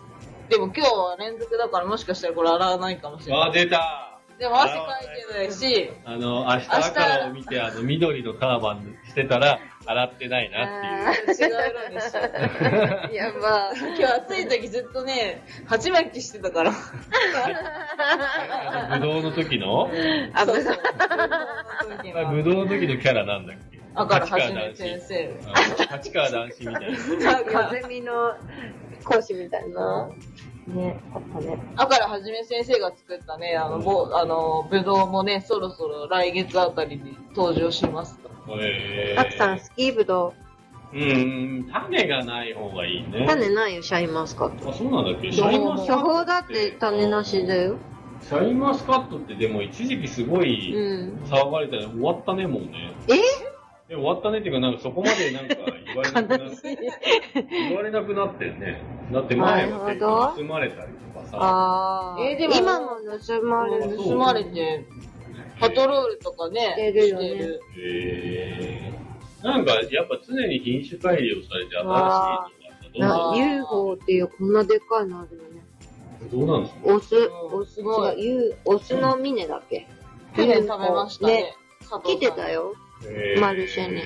Speaker 2: でも今日は連続だからもしかしたらこれ洗わないかもしれ
Speaker 1: あ、
Speaker 2: ない
Speaker 1: 出た
Speaker 2: でも汗かいてないし
Speaker 1: あの、明日赤を見て、あの、緑のターバンしてたら、洗ってないなっ
Speaker 3: あ
Speaker 2: 違う色にして
Speaker 3: ーやば。
Speaker 2: [LAUGHS] 今日暑い時ずっとね鉢巻きしてたから
Speaker 1: ていう。ぶどうの時の
Speaker 3: あ、
Speaker 2: [LAUGHS] そ
Speaker 3: ぶ
Speaker 2: う
Speaker 3: ど
Speaker 2: そうう
Speaker 1: ぶどうの時のキャラなんだっけ
Speaker 2: 赤からはじめ
Speaker 1: 立川
Speaker 2: 先
Speaker 1: 談
Speaker 2: 生
Speaker 1: 志うん立川男子みたいな。
Speaker 2: なんか
Speaker 3: 風見の講師みたいな。ね、あったね。
Speaker 2: 赤からはじめ先生が作ったねあのぼあのぶどうもねそろそろ来月あたりに登場しますと
Speaker 1: え
Speaker 3: たくさんスキーブド
Speaker 1: うん、種がない方がいいね。
Speaker 3: ウ。種ないよ、シャインマスカット。
Speaker 1: あ、そうなんだっけシャインマスカ
Speaker 3: 処
Speaker 1: ッ
Speaker 3: 方だって種なしだよ。
Speaker 1: ト。シャインマスカットってでも一時期すご
Speaker 3: う
Speaker 1: い
Speaker 3: ん。
Speaker 1: 騒がれたね。終わったね、もうね。
Speaker 3: え
Speaker 1: え終わったねっていうか、なんかそこまでなんか言われなくなって、言われなくなってね。だって前は結
Speaker 3: なる
Speaker 1: 構
Speaker 3: ほ
Speaker 1: 盗
Speaker 3: ど
Speaker 1: まれたりとかさ。
Speaker 3: あー。
Speaker 2: えでも
Speaker 3: 今も盗まれる。
Speaker 1: そう
Speaker 2: 盗まれてパトロールとかね
Speaker 3: してるよね
Speaker 2: してる
Speaker 1: えー、なんかやっぱ常に品種改良されて新しいとか
Speaker 3: わ
Speaker 1: どうな
Speaker 3: な
Speaker 1: の
Speaker 2: あ
Speaker 3: UFO っていうこんなでっかいのあるよね。
Speaker 1: どうなんですか
Speaker 3: オス、
Speaker 2: うん
Speaker 3: オス、
Speaker 2: すご
Speaker 3: 違う、
Speaker 2: い
Speaker 3: ユオスのミネだっけ
Speaker 2: 去年食べましたね。
Speaker 3: 来てたよ。
Speaker 1: え
Speaker 3: マルシェに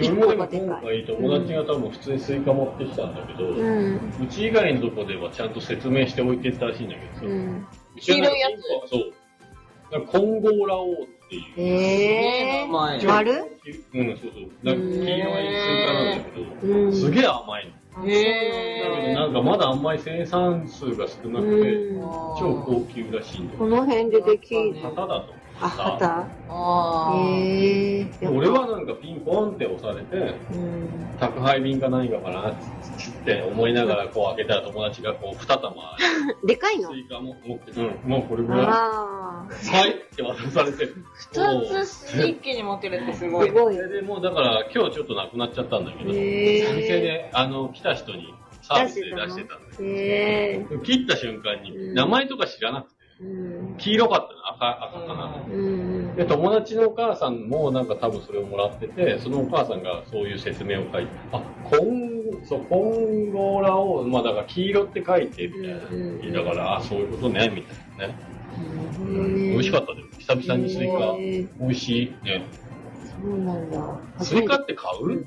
Speaker 1: 自分もでも今回友達が多分普通にスイカ持ってきたんだけど、う
Speaker 3: うん。
Speaker 1: ち以外のとこではちゃんと説明しておいてたらしいんだけどさ、
Speaker 3: うん。
Speaker 1: うちはなんかそう。なんか混合ラオウっていう。
Speaker 3: えー。
Speaker 2: 甘い
Speaker 1: ま
Speaker 3: 丸
Speaker 1: うん、そうそう。なんか黄色いスイカなんだけど、
Speaker 3: うん。
Speaker 1: すげえ甘いの。だけど
Speaker 2: へ
Speaker 1: なんかまだあんまり生産数が少なくて、
Speaker 3: うん
Speaker 1: 超高級らしいんだよ。
Speaker 3: この辺でできる。
Speaker 1: 旗だと。
Speaker 3: あ、肌
Speaker 2: あー
Speaker 3: ええー。
Speaker 1: 俺はなんかピンポンって押されて、
Speaker 3: うん。
Speaker 1: 宅配便か何かかなって思いながらこう開けたら友達がこう二玉
Speaker 3: でかいの
Speaker 1: スイカも持って、うん、もうこれぐら
Speaker 3: ああ。
Speaker 1: い。はいって渡されて。
Speaker 2: 二つ一気に持てるってすご
Speaker 3: す
Speaker 2: い。
Speaker 3: ごい
Speaker 1: そ。れでもうだから今日ちょっとなくなっちゃったんだけど、お
Speaker 3: へー
Speaker 1: 店であの来た人にサービスで出してたんだよ
Speaker 3: ええ
Speaker 1: でも切った瞬間
Speaker 3: う
Speaker 1: に
Speaker 3: ん
Speaker 1: 名前とか知らなくて、
Speaker 3: ー。うん。
Speaker 1: 黄色かったの、赤赤かな。
Speaker 3: うん。
Speaker 1: で友達のお母さんもなんか多分それをもらってて、そのお母さんがそういう説明を書いて、あ、コン、そう、コンゴラを、まあだから黄色って書いてみたいな。
Speaker 3: うんうん
Speaker 1: だから、あ、そういうことね、みたいなね。
Speaker 3: うん
Speaker 1: 美味しかったです。久々にスイカ。
Speaker 3: えー
Speaker 1: 美味しい。ね。
Speaker 3: そうなんだ。
Speaker 1: スイカって買う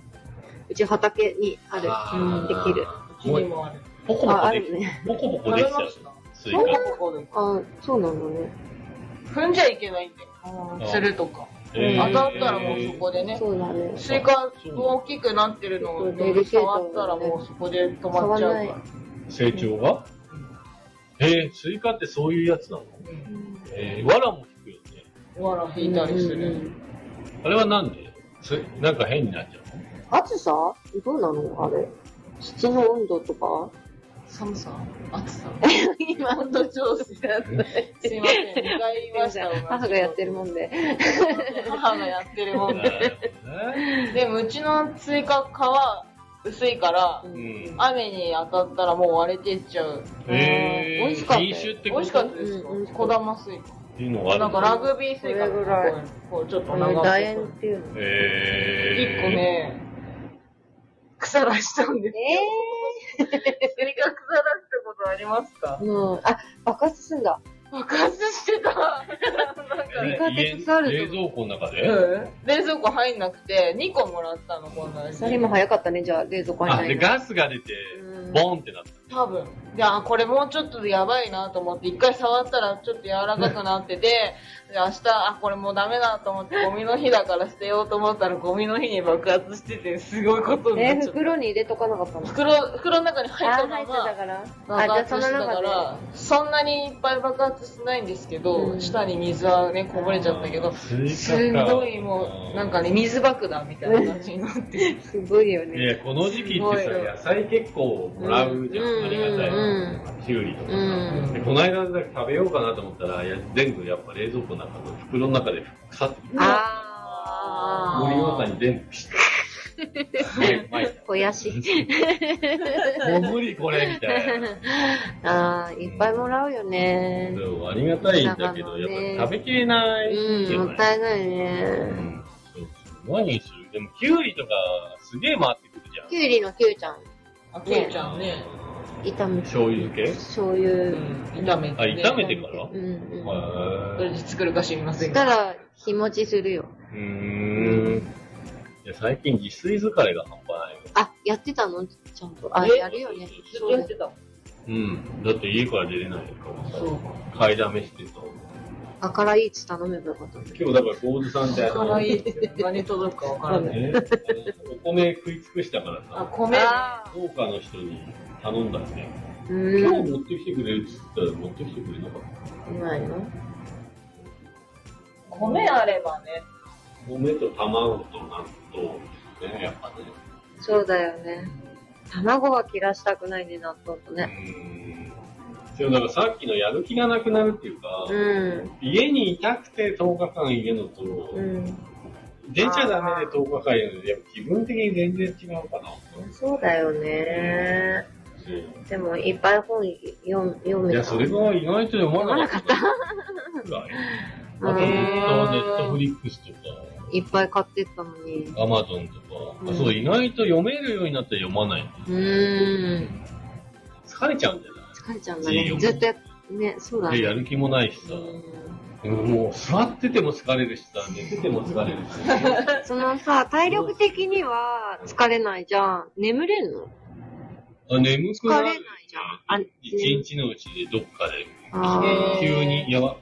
Speaker 3: うち畑にある。うんできる。
Speaker 1: るもう
Speaker 2: もある。
Speaker 1: ポコポ
Speaker 3: あ、
Speaker 1: コ
Speaker 3: あ
Speaker 1: で
Speaker 3: る
Speaker 1: き、
Speaker 3: ね。
Speaker 1: ポコポコ
Speaker 2: 食
Speaker 1: で
Speaker 2: べ
Speaker 1: きちゃ
Speaker 2: ま
Speaker 1: う
Speaker 2: し。た。
Speaker 1: スイカ。
Speaker 3: あ、そうなのね。
Speaker 2: 踏んじゃいけないんだよ。するとか。
Speaker 3: へ
Speaker 2: 当
Speaker 3: ー
Speaker 2: たったらもうそこでね。
Speaker 3: そうだね。
Speaker 2: スイカ大きくなってるのを触ったらもうそこで止まっちゃうから。
Speaker 1: 成長がえー、スイカってそういうやつなの
Speaker 2: うん
Speaker 3: うん
Speaker 1: えー、わらも引くよね。
Speaker 2: わら引いたりす
Speaker 3: うんうんう
Speaker 2: る。
Speaker 3: ん
Speaker 1: あれはなんですなんか変になっちゃ
Speaker 2: [LAUGHS]
Speaker 1: うの
Speaker 3: 暑さどうなのあれ。土の温度とか
Speaker 2: 寒さ暑さ
Speaker 3: 今、
Speaker 2: 温度調整す
Speaker 3: [LAUGHS]
Speaker 2: いません、2回言いま [LAUGHS] した。
Speaker 3: 母がやってるもんで。
Speaker 2: 母がやってるもん
Speaker 1: な
Speaker 2: で。
Speaker 1: るほどね
Speaker 2: でもうちのスイカ皮薄いから、
Speaker 1: うん
Speaker 2: 雨に当たったらもう割れてっちゃう。
Speaker 1: えー、
Speaker 3: 美味しかったよ
Speaker 1: 品種って
Speaker 2: 美
Speaker 1: こと
Speaker 2: 味しかったですか
Speaker 3: うんうん
Speaker 2: 小玉スイ
Speaker 1: っていうのが
Speaker 2: カ。
Speaker 1: ある
Speaker 2: なんんかラグビースイカ
Speaker 3: これぐらい
Speaker 2: こうちょっと長く
Speaker 3: 楕円っていうの。
Speaker 1: え
Speaker 2: 一
Speaker 1: ー、
Speaker 2: 個。ね、草出したんですよ。え [LAUGHS] スイカ草出したことありますか
Speaker 3: えー。うん。あ、爆発すんだ。
Speaker 2: 爆発してた。 [LAUGHS] なんか、
Speaker 3: スイカって靴あると
Speaker 1: 冷蔵庫の中で、
Speaker 2: うん冷蔵庫入んなくて、2個もらったの、こんなに。
Speaker 3: それも早かったね、じゃあ、冷蔵庫に
Speaker 1: あ、
Speaker 3: ない
Speaker 1: で、
Speaker 3: の。
Speaker 1: ガスが出て、
Speaker 3: うん
Speaker 1: ボンってなった。
Speaker 2: 多分。で、あ、これもうちょっとやばいなと思って、一回触ったらちょっと柔らかくなってて、で明日、あ、これもうダメだと思って、ゴミの日だから捨てようと思ったら、ゴミの日に爆発してて、すごいことにな
Speaker 3: え
Speaker 2: っ
Speaker 3: ー、
Speaker 2: ちゃった。
Speaker 3: 袋に入れとかなかったの
Speaker 2: 袋、袋の中に入った
Speaker 3: あ、
Speaker 2: ま
Speaker 3: 入って
Speaker 2: ま
Speaker 3: たから。
Speaker 2: 爆
Speaker 3: あ、じゃあ
Speaker 2: 発
Speaker 3: そ
Speaker 2: し
Speaker 3: の
Speaker 2: てた
Speaker 3: 中
Speaker 2: か
Speaker 3: で。
Speaker 2: ら、そんなにいっぱい爆発しないんですけど、
Speaker 3: うん
Speaker 2: 下に水はね、こぼれちゃったけど、
Speaker 1: スイカか
Speaker 2: すんごいもう、なんかね、水爆弾みたいな感じになって。
Speaker 3: すごいよ
Speaker 1: い
Speaker 3: ね。
Speaker 1: や、この時期って
Speaker 2: す
Speaker 1: さ、
Speaker 2: ごい
Speaker 1: 野菜結構もらうじゃん。
Speaker 3: うん
Speaker 1: ありがたい。
Speaker 3: うん
Speaker 1: キュウリとか
Speaker 3: う
Speaker 1: さ。
Speaker 3: ん。
Speaker 1: でこの間だけ食べようかなと思ったら、いや全部やっぱ冷蔵庫の中の袋の中で腐って、
Speaker 3: あ
Speaker 1: 森の中に全部ピシッ。はい、はい
Speaker 3: ー。肥やし。
Speaker 1: もう無理これみたいな。
Speaker 3: あー、いっぱいもらうよね。
Speaker 1: そうありがたいんだけど、やっぱ食べきれな
Speaker 3: う
Speaker 1: い。
Speaker 3: ん、もったいないうね。
Speaker 1: んそうそう何するでも、キュウリとかすげえ回ってくるじゃん。
Speaker 3: きゅうりのきゅうちゃん、
Speaker 2: あ、ケイちゃんね。
Speaker 3: 炒めて、
Speaker 1: 醤油漬け
Speaker 3: 醤
Speaker 2: うん炒
Speaker 3: 油。、
Speaker 2: めて。
Speaker 1: あ、炒めてから
Speaker 3: うん、うん。
Speaker 2: ど
Speaker 1: へ
Speaker 2: れで作るか知りませ
Speaker 3: し
Speaker 2: ん
Speaker 3: た
Speaker 2: が。
Speaker 3: ら、日持ちするよ。
Speaker 1: ーうーん。いや最近自炊疲れが半端ないよ。
Speaker 3: あ、やってたのちゃんと。あ、
Speaker 2: え
Speaker 3: やるよね。
Speaker 2: ずっとやってたもん。
Speaker 1: うん。だって家から出れないからさ
Speaker 2: そう。
Speaker 1: 買いだめしてた。
Speaker 3: あからいち頼めばよかった。
Speaker 1: 今日だから、坊主さんってあ
Speaker 2: か
Speaker 1: の、
Speaker 2: ら
Speaker 1: ね、
Speaker 2: いいって何届くかわからない。
Speaker 1: あのお米食い尽くしたから
Speaker 2: あ、
Speaker 1: さ、
Speaker 2: 米。
Speaker 1: 農家の人に頼んだんで、
Speaker 3: う
Speaker 1: 今
Speaker 3: ん。
Speaker 1: 日持ってきてくれるっつったら持ってきてくれなかった。
Speaker 3: うまいの
Speaker 2: 米あればね。
Speaker 1: 米と卵となんと、ね、やっぱね。
Speaker 3: そうだよね。卵は切らしたくないね、納豆とね。
Speaker 1: うん。でもなんかさっきのやる気がなくなるっていうか、
Speaker 3: うん。
Speaker 1: 家にいたくて10日間いるのと、
Speaker 3: うん。
Speaker 1: 出ちゃダメで10日間いるので、やっぱ気分的に全然違うかな。
Speaker 3: そうだよね。でも、いっぱい本読読
Speaker 1: い
Speaker 3: め
Speaker 1: や、
Speaker 3: た。
Speaker 1: それが意外と読まなか
Speaker 3: [LAUGHS]
Speaker 1: った。はいあと、ネットフリックスとか、
Speaker 3: いっぱい買ってったのに。
Speaker 1: アマゾンとか、
Speaker 3: うん
Speaker 1: あそう、意外と読めるようになったら読まない。
Speaker 3: うーん。
Speaker 1: 疲れちゃうんだよ
Speaker 3: 疲れちゃうんだ
Speaker 1: いいよ
Speaker 3: ね。ずっとやっね、そうだ
Speaker 1: な。で、
Speaker 3: ね。
Speaker 1: やる気もないし
Speaker 3: う
Speaker 1: さ。
Speaker 3: ん
Speaker 1: もう座ってても疲れるしさ、寝てても疲れるし。
Speaker 3: そのさ、体力的には疲れないじゃん。眠れんの
Speaker 1: あ眠く
Speaker 3: 疲
Speaker 1: な
Speaker 3: れない
Speaker 1: る。
Speaker 3: じゃん。あ
Speaker 1: 一日のうちでどっかで、
Speaker 3: あ
Speaker 2: ー
Speaker 1: 急に、や [LAUGHS] ば。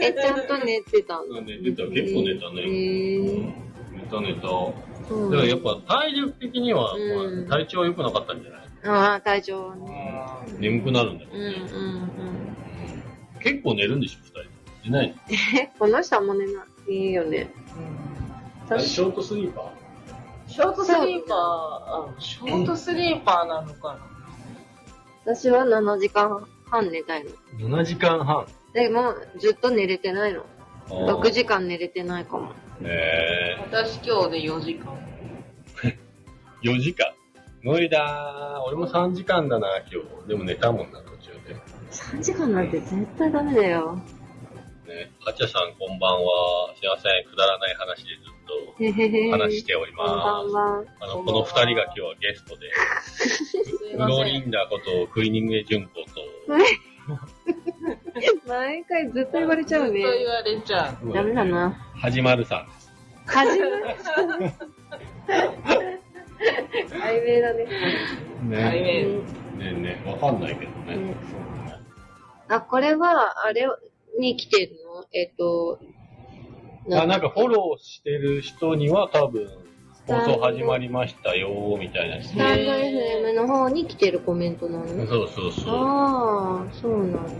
Speaker 3: え、ちゃんと寝てたの
Speaker 1: 寝てた、結構寝た
Speaker 3: へ
Speaker 1: ね。
Speaker 3: ー
Speaker 1: 寝た寝た。だ
Speaker 3: そう
Speaker 1: からや
Speaker 3: な
Speaker 1: っぱ体力的には、
Speaker 3: う
Speaker 1: ま
Speaker 3: ん
Speaker 1: あ体調は良くなかったんじゃない
Speaker 3: のあー、体調はね。
Speaker 1: うん眠くなるんだ
Speaker 3: う
Speaker 1: もん
Speaker 3: んう
Speaker 1: ね。
Speaker 3: ん
Speaker 1: 結構寝るんでしょ、二人。寝ない
Speaker 3: うん。え、この人はもう寝ない。いいよね。
Speaker 1: のショートスリーパー
Speaker 2: ショートスリーパー、あショートスリーパーなのかな。
Speaker 3: 私は7時間半寝たいの。
Speaker 1: ?7 時間半。
Speaker 3: でも、ずっと寝れてないの。6時間寝れてないかも。
Speaker 1: え
Speaker 2: 私今日で4時間。
Speaker 1: ー、4時間。無理だー。俺も3時間だな、今日。でも寝たもんな、途中で。
Speaker 3: 3時間なんて絶対ダメだよ。
Speaker 1: ね、あちゃさんこんばんは。すいません、くだらない話でず
Speaker 3: へへ
Speaker 1: っと
Speaker 3: へ。
Speaker 1: 話しており
Speaker 3: こんば
Speaker 1: ま
Speaker 3: ん
Speaker 1: す。
Speaker 3: は。
Speaker 1: あの、この二人が今日はゲストで、
Speaker 2: すい
Speaker 1: フ
Speaker 2: ま
Speaker 1: ロー
Speaker 2: せ
Speaker 1: リ
Speaker 2: ん。
Speaker 1: ンダーことクイニングエジュンコと、
Speaker 3: 毎回ずっと言われちゃうね
Speaker 2: ずっ。と言われちゃう。
Speaker 3: ダメだ。な。
Speaker 1: はじまるさんです。
Speaker 3: はじめ。解明だね。
Speaker 2: はい
Speaker 1: ねねねわかんないけどね。
Speaker 3: ねあ、これは、あれに来てるのえっと、
Speaker 1: あなんかフォローしてる人には多分、放送始まりましたよーみたいな。
Speaker 3: スタンド FM の方に来てるコメントなの
Speaker 1: そうそうそう。
Speaker 3: ああ、そうなんだ。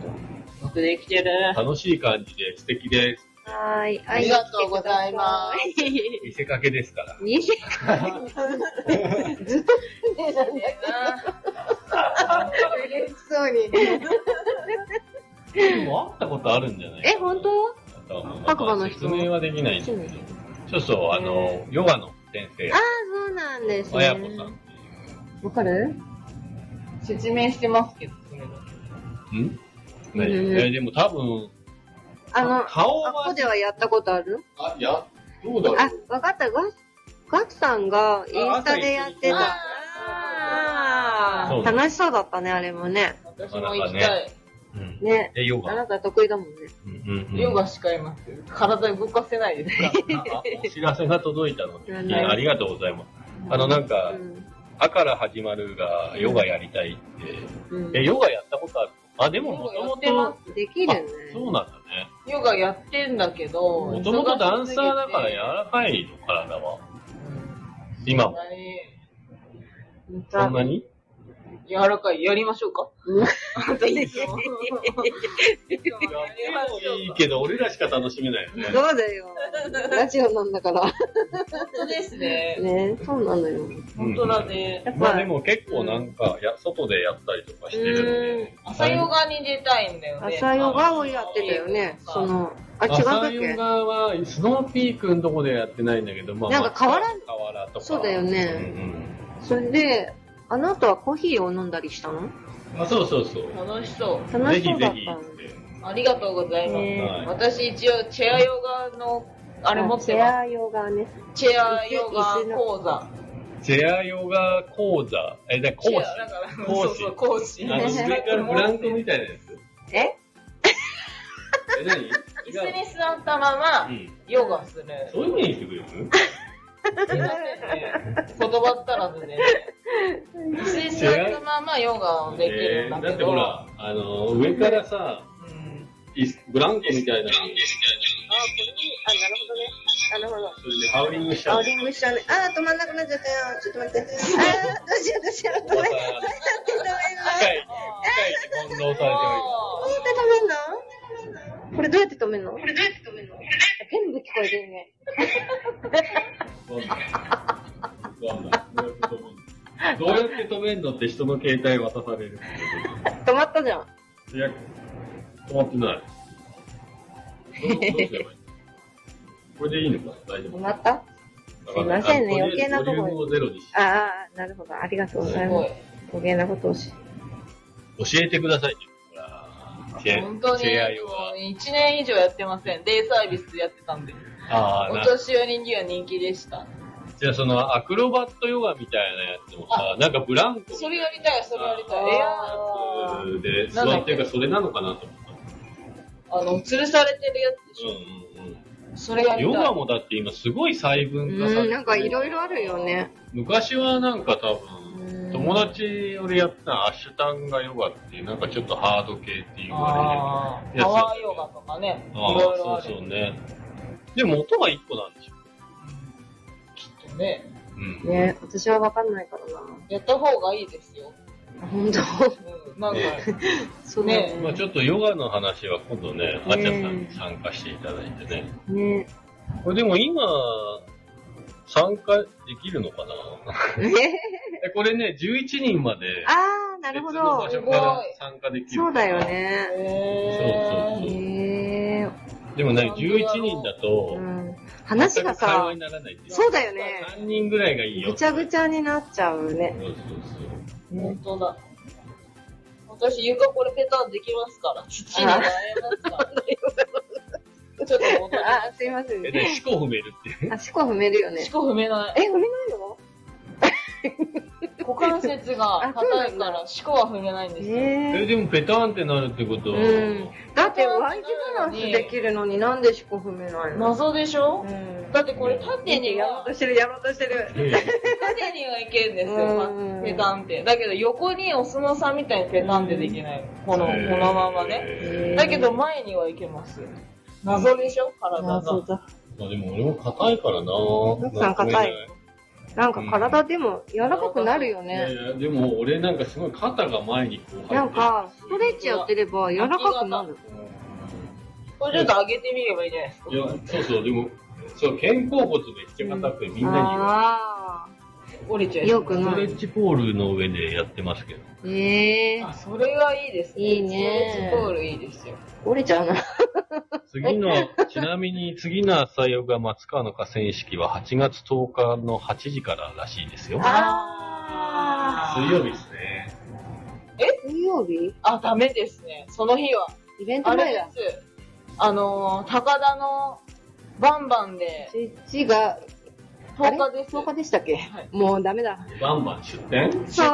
Speaker 2: 僕できてる。
Speaker 1: 楽しい感じで素敵です。
Speaker 3: はーい。。
Speaker 2: ありがとうございます
Speaker 3: [LAUGHS]
Speaker 1: 見せかけですから。
Speaker 3: 見せずっと見てたんだけど、嬉しそうに。
Speaker 1: でも会ったことあるんじゃない
Speaker 3: え、本当白馬の人
Speaker 1: 説明はできないんですけど。そうそう、あの、ヨガの先生
Speaker 3: ああ、、そうなんです
Speaker 1: あ
Speaker 3: ね。
Speaker 1: やこさんって
Speaker 3: わかる
Speaker 2: 説明してますけど、それだ
Speaker 1: いう。んね
Speaker 3: うん
Speaker 1: えでも多分、
Speaker 3: あの、
Speaker 1: 顔
Speaker 3: あここ
Speaker 1: は、
Speaker 3: ではやったことある
Speaker 1: あ、いや、どうだ
Speaker 3: あ、わかった。ガクガクさんがインスタでやって
Speaker 1: あ
Speaker 3: た。
Speaker 2: あ
Speaker 1: そう
Speaker 3: あー楽しそうだったね、あれもね。
Speaker 2: 私も行きたい。
Speaker 1: うん
Speaker 3: ね。
Speaker 1: え、ヨ
Speaker 3: あ
Speaker 1: ガ。
Speaker 3: なた得意だもんね。
Speaker 1: うんうんうん
Speaker 2: ヨガしかいますよ。体動かせないですから。
Speaker 1: あお知らせが届いたので、
Speaker 3: [LAUGHS] うん
Speaker 1: いやありがとうございます。あの、なんか
Speaker 3: う、ん
Speaker 1: あから始まるが、ヨガやりたい
Speaker 3: うん
Speaker 1: って。え、ヨガやったことあるあ、でももとも
Speaker 2: ヨガやっ
Speaker 1: と
Speaker 2: て、ま
Speaker 3: できるね。
Speaker 1: あそうなんだね。
Speaker 2: すヨガやってんだけど、
Speaker 1: もともとダンサーだから柔らかいの、体は。今も。そんなに
Speaker 2: 柔らかい。やりましょうか。
Speaker 3: うん
Speaker 2: あんたいいよ
Speaker 1: いいけど、俺らしか楽しめないよね。
Speaker 3: そうだよ。ラジオなんだから。
Speaker 2: 本当ですね。
Speaker 3: ね、そうなのよ。
Speaker 2: 本当だね。
Speaker 3: やっぱ
Speaker 1: まあでも結構なんか、や外でやったりとかしてるんで。
Speaker 2: 朝ヨガに出たいんだよね。
Speaker 3: 朝ヨガをやってたよね。その、あ、違うだ
Speaker 1: 朝
Speaker 3: っ
Speaker 1: ヨ
Speaker 3: け
Speaker 1: ガは、スノーピークのとこでやってないんだけど、まあ。
Speaker 3: なんか河原
Speaker 1: 河原とか。
Speaker 3: そうだよね。
Speaker 1: うん
Speaker 3: それで、あの後はコーヒーを飲んだりしたの
Speaker 1: うん。あ、そうそうそう。
Speaker 2: 楽しそう。
Speaker 3: 楽
Speaker 1: ぜ
Speaker 3: し
Speaker 1: ひ
Speaker 3: そうだ
Speaker 1: ぜ
Speaker 3: っ
Speaker 1: ひ
Speaker 3: たの。
Speaker 2: ありがとうございます。
Speaker 3: ね
Speaker 1: はい
Speaker 2: 私一応チェアヨガの、あれ持って
Speaker 3: チェ
Speaker 2: ま
Speaker 3: アヨガね。
Speaker 2: す。チェアヨガ講座。
Speaker 1: チェアヨガ講座。え、だから
Speaker 2: チェ
Speaker 1: 講
Speaker 2: ア
Speaker 1: 師。
Speaker 2: だから
Speaker 1: 講師
Speaker 2: そうそう、講師。
Speaker 1: あの、上からブランコみたいなやつ。
Speaker 3: え
Speaker 1: え、何違う。
Speaker 2: 椅子に座ったまま、
Speaker 1: うん。
Speaker 2: ヨガする。
Speaker 1: そういう風にしてくれる
Speaker 2: すいませんね。言葉足らずでね。椅子に座ったままヨガをできるんだけど。
Speaker 1: だってほら、あの、上からさ、
Speaker 2: うん
Speaker 1: 椅子ブランコみたいなのに、
Speaker 3: あ、なるほどね。なるほど。
Speaker 1: それでハウリングしちゃ
Speaker 3: あ、
Speaker 1: う。
Speaker 3: リングしちゃうね。あー、止まんなくなっちゃったよ。ちょっと待って。あー、どうしようどうしよう。
Speaker 1: また
Speaker 3: ごめん。どうやって止めんの
Speaker 1: 機械、機械に翻弄されて
Speaker 3: どうやって止めんのこれどうやって止めんのこれどうやって止めんの全部聞こえてるね。
Speaker 1: おいて。わかんないどうやって止めんのって人の携帯渡される。
Speaker 3: 止まったじゃん。
Speaker 1: いや、止まってない。どうどうすればいいのこれでいいのか大丈
Speaker 3: 止
Speaker 1: 夫
Speaker 3: まった
Speaker 1: わかない
Speaker 3: すいませんね
Speaker 1: あとりあえず
Speaker 3: 余計なとこに
Speaker 1: ボリュームをゼロにし
Speaker 3: ああ、なるほど。ありがとうござ
Speaker 2: す
Speaker 3: い
Speaker 2: ご
Speaker 3: ま
Speaker 2: い
Speaker 3: す。。余計なことをし。
Speaker 1: 教えてくださいって言うから。
Speaker 2: 本当に
Speaker 1: チェア用は。
Speaker 2: 1年以上やってません。デイサービスやってたんで。
Speaker 1: ああ、
Speaker 2: お
Speaker 1: な
Speaker 2: 年寄りには人気でした。
Speaker 1: じゃあそのアクロバットヨガみたいなやつもさ、なんかブランコみたい
Speaker 2: それやりたい、それやりたい。
Speaker 3: あ
Speaker 2: エ
Speaker 3: ー
Speaker 2: アー
Speaker 1: なやつで、座ってるからそれなのかなと思っ
Speaker 2: あの、吊るされてるや
Speaker 1: うんうん
Speaker 2: つ、それや
Speaker 1: うん。
Speaker 2: りた
Speaker 1: ヨ
Speaker 2: い。
Speaker 1: ガもだって今すごい細分化されて
Speaker 3: うん、なんかいろいろあるよね。
Speaker 1: 昔はなんか多
Speaker 3: う
Speaker 1: 分、
Speaker 3: ん
Speaker 1: 友達俺やってたアッシュタンガヨガっていう、なんかちょっとハード系って言わ
Speaker 2: あ
Speaker 1: れるやつ
Speaker 2: ーパワーヨガとかね、い
Speaker 1: れる。ああ、
Speaker 2: ろいろあ
Speaker 1: そう
Speaker 2: る。
Speaker 1: そうね。でも音が一個なんでしょ。
Speaker 2: きっとね、
Speaker 1: うん。
Speaker 3: ね、私はわかんないから
Speaker 2: やった方がいいですよ。
Speaker 3: な。本当。
Speaker 2: うん、なんか、
Speaker 1: ね
Speaker 3: そう
Speaker 2: ね
Speaker 1: まあちょっとヨガの話は今度ね、あちゃさんに参加していただいてね。
Speaker 3: ね。
Speaker 1: これでも今、参加できるのかな [LAUGHS] えこれね、11人まで、
Speaker 3: あー、なるほど。
Speaker 1: 別
Speaker 2: す
Speaker 1: の
Speaker 2: ご
Speaker 1: 場所か
Speaker 2: い
Speaker 1: ら参加できる。
Speaker 3: そうだよ。ね。
Speaker 2: え
Speaker 1: そうそう
Speaker 3: えー、
Speaker 1: でもね、11人だと
Speaker 3: う、ん。話
Speaker 1: 全
Speaker 3: が
Speaker 1: く会話
Speaker 3: さ
Speaker 1: に、ならないっていう。
Speaker 3: そうだよね。
Speaker 1: 3人ぐらいがいいよ。
Speaker 3: ぐちゃぐちゃになっちゃう
Speaker 1: そ
Speaker 3: ね。
Speaker 1: うそうそう。
Speaker 2: 本当だ。私、床これペタンできますから。土になえますから。ちょっと戻りま
Speaker 3: あ、すいません。
Speaker 1: え、で、四股踏めるって。
Speaker 3: あ、四股踏めるよ
Speaker 2: す。
Speaker 3: ね
Speaker 2: し。か踏めない。
Speaker 3: え、踏めないの
Speaker 2: 股関節が硬いから、しこは踏めないんですよ。
Speaker 1: え、
Speaker 3: え
Speaker 1: でもペタンってなるってことは、
Speaker 3: うんー、だってワイキバランスできるのになんで四股踏めないの
Speaker 2: 謎でしょ、
Speaker 3: うん。
Speaker 2: だってこれ縦に
Speaker 3: やろう
Speaker 2: は
Speaker 3: と、してる、やろうとしてる。
Speaker 1: ね
Speaker 2: 縦にはいけるんです
Speaker 3: う
Speaker 2: よ、
Speaker 3: ん
Speaker 2: ペタンって。だけど横にお相撲さんみたいにペタンってできない。この、こ
Speaker 1: え
Speaker 2: のままね。
Speaker 1: え
Speaker 2: だけど前にはいけます。謎でしょ体が。
Speaker 3: だ。
Speaker 1: まあでも俺も硬いからな
Speaker 3: 奥さん硬い。なんか体でも柔らかくなるよ
Speaker 1: いやい
Speaker 3: ね。
Speaker 1: や、でも俺なんかすごい肩が前にこう入ってる
Speaker 3: なん、か、ストレッチやってれば柔らかくなる。
Speaker 2: これちょっと上げてみればいいじゃないですか
Speaker 1: い。や、そうそう、でも、そう、肩甲骨で引け硬くてみんな
Speaker 3: あ
Speaker 2: 折れちゃ
Speaker 3: あ、
Speaker 2: いそ
Speaker 3: よ
Speaker 2: う
Speaker 3: く
Speaker 1: に、ス
Speaker 3: な
Speaker 1: トレ
Speaker 3: い。
Speaker 1: ッチポールの上でやってますけど。
Speaker 3: ええ
Speaker 2: あ、それがいいですね。
Speaker 3: いいね
Speaker 2: ストレッチボールいいですよ。
Speaker 3: 折れちゃうな。
Speaker 1: 次
Speaker 3: [LAUGHS]
Speaker 1: の、ちなみに次の朝ヨガ松川の河川敷は8月10日の8時かららしいですよ。
Speaker 3: あ
Speaker 1: 水曜日ですね。
Speaker 3: 水曜日
Speaker 2: あ、ダメですね。その日は。
Speaker 3: イベント
Speaker 2: あ
Speaker 3: 前
Speaker 2: れ
Speaker 3: だ。
Speaker 2: です。あのー、高田のバンバンで
Speaker 3: 1が、あれ
Speaker 2: 10日です。
Speaker 3: 10日でしたっけ
Speaker 2: はい
Speaker 3: もうダメだ。
Speaker 1: バンバン出店
Speaker 3: そう。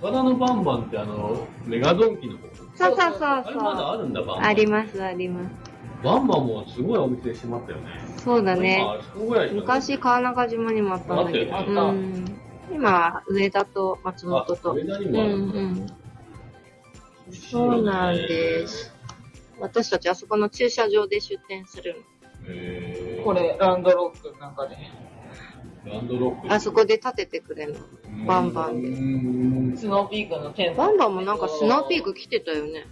Speaker 1: 高田のバンバンってあの、メガドンキの方。
Speaker 3: そうそうそう
Speaker 1: あれま
Speaker 3: そう。
Speaker 1: だあるんだ、バンバン。
Speaker 3: あります、ありま
Speaker 1: バンバンもすごいお店閉まったよね。
Speaker 3: す。そうだ
Speaker 1: 今
Speaker 3: ね。
Speaker 1: あそこぐらいしかない
Speaker 3: 昔、川中島にもあったんだけど。
Speaker 1: あった
Speaker 2: よ
Speaker 3: う
Speaker 2: ね
Speaker 3: ん。今は上田と松本
Speaker 1: あ
Speaker 3: と。
Speaker 1: 上田に
Speaker 3: うん
Speaker 1: も
Speaker 3: う
Speaker 1: あるんだ
Speaker 3: ん。そうなんです。私たちあそこの駐車場で出店する
Speaker 1: へー
Speaker 2: こ。れ、ランドロックなんかで。
Speaker 1: ランドロッ
Speaker 3: の。
Speaker 1: ク。
Speaker 3: あそこで建ててくれるの。バンバンで
Speaker 1: うーん。
Speaker 2: スノーピークのテント。
Speaker 3: バンバンもなんかスノーピーク来てたよね。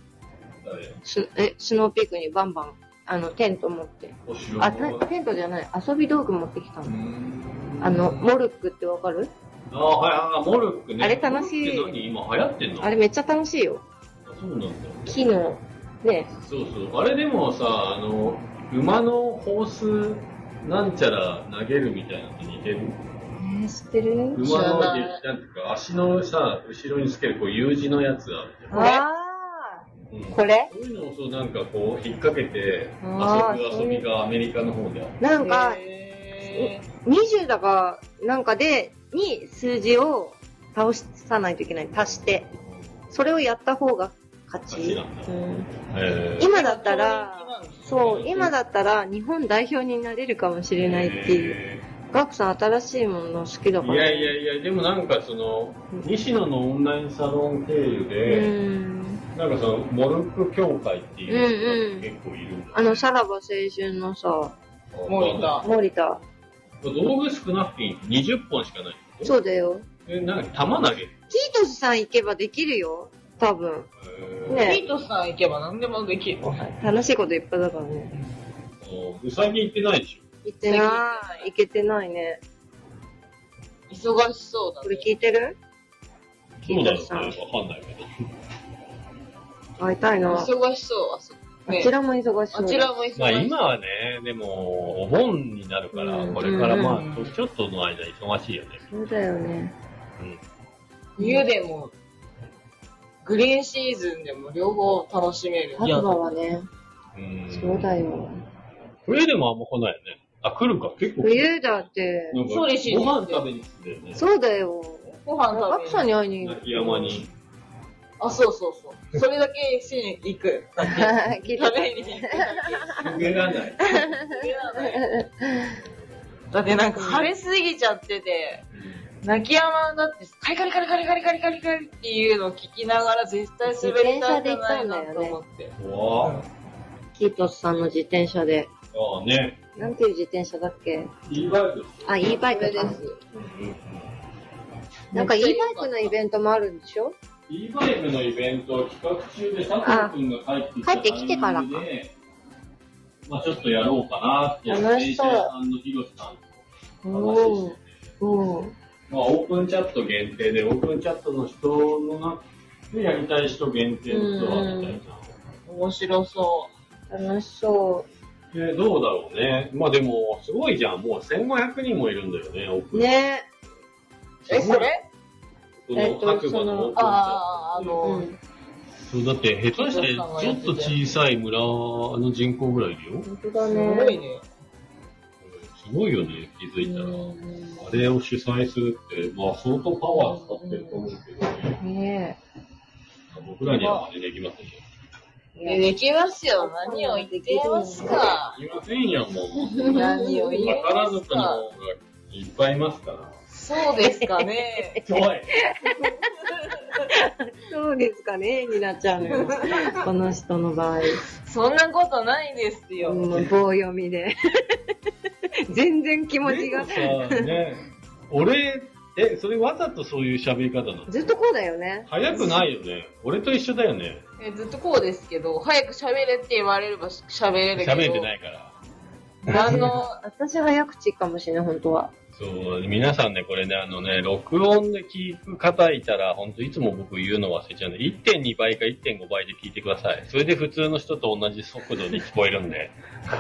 Speaker 3: すえ、スノーピークにバンバン、あの、テント持って。
Speaker 1: お城
Speaker 3: あ、たテントじゃない。遊び道具持ってきた
Speaker 1: うー
Speaker 3: の。
Speaker 1: ん
Speaker 3: あの、モルックってわかる
Speaker 1: あはい、あモルックね。
Speaker 3: あれ楽しい
Speaker 1: モルックって何今流行ってんの
Speaker 3: あれめっちゃ楽しいよ。
Speaker 1: そうなんだ。
Speaker 3: 木の、ね。
Speaker 1: そうそう。あれでもさ、あの、馬のホースなんちゃら投げるみたいなのと似てる。
Speaker 3: えー、知ってる
Speaker 1: 馬の、
Speaker 2: 知ら
Speaker 1: な
Speaker 2: ない
Speaker 1: んていうか、足のさ、後ろにつける、こう、U 字のやつあるじゃん。
Speaker 2: これ
Speaker 3: あ
Speaker 1: うん
Speaker 3: ー、これ
Speaker 1: そういうのをそうなんかこう引っ掛けて
Speaker 3: あー
Speaker 1: 遊ぶ遊びがアメリカの方である。
Speaker 3: なんか、
Speaker 2: へ
Speaker 3: 20だか、なんかで、に数字を倒さないといけない。足して。それをやった方が勝
Speaker 1: 勝ち
Speaker 3: ち。
Speaker 1: なんだ
Speaker 3: うん
Speaker 1: え
Speaker 2: ー
Speaker 3: 今だったら、そう
Speaker 1: う、ん
Speaker 3: 今だったら日本代表になれるかもしれないっていう。ガクさん新しいもの好きだから。
Speaker 1: いやいやいや、でもなんかその、西野のオンラインサロン経由
Speaker 3: う
Speaker 1: で、
Speaker 3: ん。
Speaker 1: なんかその、モルック協会っていう人が結構いるんだよ。
Speaker 3: あの、さらば青春のさ、
Speaker 2: モニタ
Speaker 3: 森田。
Speaker 1: 道具少なくていい20本しかない。
Speaker 3: そうだよ。
Speaker 1: え、なんか玉投げる。
Speaker 3: キートスさん行けばできるよ。多分。
Speaker 1: え
Speaker 2: ー。
Speaker 3: ね
Speaker 2: ピートさん行けば何でもできる。
Speaker 3: 楽しいこといっぱいだからね。
Speaker 1: ー最近行ってないでし
Speaker 3: 行ってない。行けてないね。
Speaker 2: 忙しそうだ
Speaker 3: これ
Speaker 2: ね。
Speaker 3: 聞いてる
Speaker 1: ょ。
Speaker 3: キ
Speaker 1: そう
Speaker 3: ー
Speaker 1: な
Speaker 3: ト
Speaker 1: の
Speaker 3: ス
Speaker 1: か
Speaker 3: さ
Speaker 1: わ
Speaker 3: ん。
Speaker 1: かんないけど。
Speaker 3: 会いたいな。
Speaker 2: 忙しそう、あそこ。
Speaker 3: あ
Speaker 2: ね
Speaker 3: ちらも忙しい。
Speaker 2: あちらも忙しそう。
Speaker 1: まあ今はね、でも、お盆になるから、
Speaker 3: うん
Speaker 1: これからま
Speaker 2: うん
Speaker 1: あ、ちょっとの間忙しいよね。
Speaker 3: そうだよね。
Speaker 1: うん
Speaker 2: 冬でも、グリーンシーズンでも両方楽しめる。
Speaker 3: 白馬はね、
Speaker 1: うん
Speaker 3: そうだよ。
Speaker 1: 冬でもあんま来ないよね。あ、来るか、結構来る。
Speaker 3: 冬だって、
Speaker 1: なんか
Speaker 2: そうらしいです
Speaker 1: ご飯食べに来てたよね。
Speaker 3: そうだよ。
Speaker 2: ご飯
Speaker 3: ガ
Speaker 2: 食
Speaker 3: ク
Speaker 2: べ
Speaker 3: さん
Speaker 2: に [LAUGHS]
Speaker 3: [LAUGHS] に会いに行
Speaker 1: 泣き山に。
Speaker 2: あ、そうそうそう。それだけしに行く。
Speaker 3: [LAUGHS] き
Speaker 2: 食べに
Speaker 3: [LAUGHS]
Speaker 2: 行くだ
Speaker 1: 逃げらない。
Speaker 2: けなのよだってなんか晴れすぎちゃってて、泣き山だってカリカリカリカリカリカリカリカリっていうのを聞きながら絶対滑りたいんじゃないなと思って。
Speaker 1: 怖あ
Speaker 3: キートスさんの自転車で。
Speaker 1: あね。
Speaker 3: なんていう自転車だっけ
Speaker 1: いいバイク。
Speaker 3: あ、e バイクか。なんか e バイクのイベントもあるんでしょ
Speaker 1: e バイクのイベントを企画中で佐藤くんが帰ってきた
Speaker 3: 帰ってきてから
Speaker 1: タ
Speaker 3: か
Speaker 1: イミングでまあちょっとやろうかなって、
Speaker 3: 楽しそう
Speaker 1: 電車屋さんの広瀬さんと
Speaker 3: おーおー
Speaker 1: まあ、オープンチャット限定で、オープンチャットの人の中でやりたい人限定の人はみたい
Speaker 2: 面白そ
Speaker 3: 楽しそ
Speaker 1: な。えーどうだろうね。まあでも、すごいじゃん。もう1500人もいるんだよね、オープ
Speaker 3: う。
Speaker 1: ン。
Speaker 3: ね
Speaker 2: う。え、それ
Speaker 1: そ
Speaker 3: えっ
Speaker 1: の
Speaker 3: と
Speaker 1: 白馬のオープンチャット。
Speaker 2: ああ、あ
Speaker 3: え。
Speaker 2: の、
Speaker 3: うん。
Speaker 1: そうだって、下手してちょっと小さい村の人口ぐらいいるよ。うん
Speaker 3: 本当だ
Speaker 2: すごい
Speaker 3: ね。
Speaker 2: ね。
Speaker 1: すごいよね、気づいたら。あれを主催するって、まあ相当パワー使ってると思うけどね。
Speaker 3: ね
Speaker 1: 僕らには真似できませんよ。
Speaker 3: え。
Speaker 2: えできますよ。何を言ってますか。
Speaker 1: いませんよ、もう。
Speaker 2: 何を言って
Speaker 1: 宝
Speaker 2: ます
Speaker 1: 塚の
Speaker 2: か。
Speaker 1: 方がいっぱいいますから。
Speaker 2: そうですかね。
Speaker 1: ちょ [LAUGHS] い。
Speaker 3: そうですかね、になっちゃうのよ。この人の場合。
Speaker 2: そんなことないですよ。
Speaker 3: もう棒読みで。全然気持ちが。
Speaker 1: でもさね、俺、え、それわざとそういう喋り方なの
Speaker 3: ずっとこうだよね。
Speaker 1: 早くないよね。俺と一緒だよね。
Speaker 2: えずっとこうですけど、早く喋れって言われれば喋れるけど。
Speaker 1: 喋れてないから。
Speaker 2: 何の、
Speaker 3: 私早口かもしれない、本当は。
Speaker 1: そう、皆さんね、これね、あのね、録音で聞く方いたら、本当いつも僕言うの忘れちゃうんで、1.2倍か1.5倍で聞いてください。それで普通の人と同じ速度に聞こえるん
Speaker 3: [LAUGHS]
Speaker 1: で。
Speaker 3: そ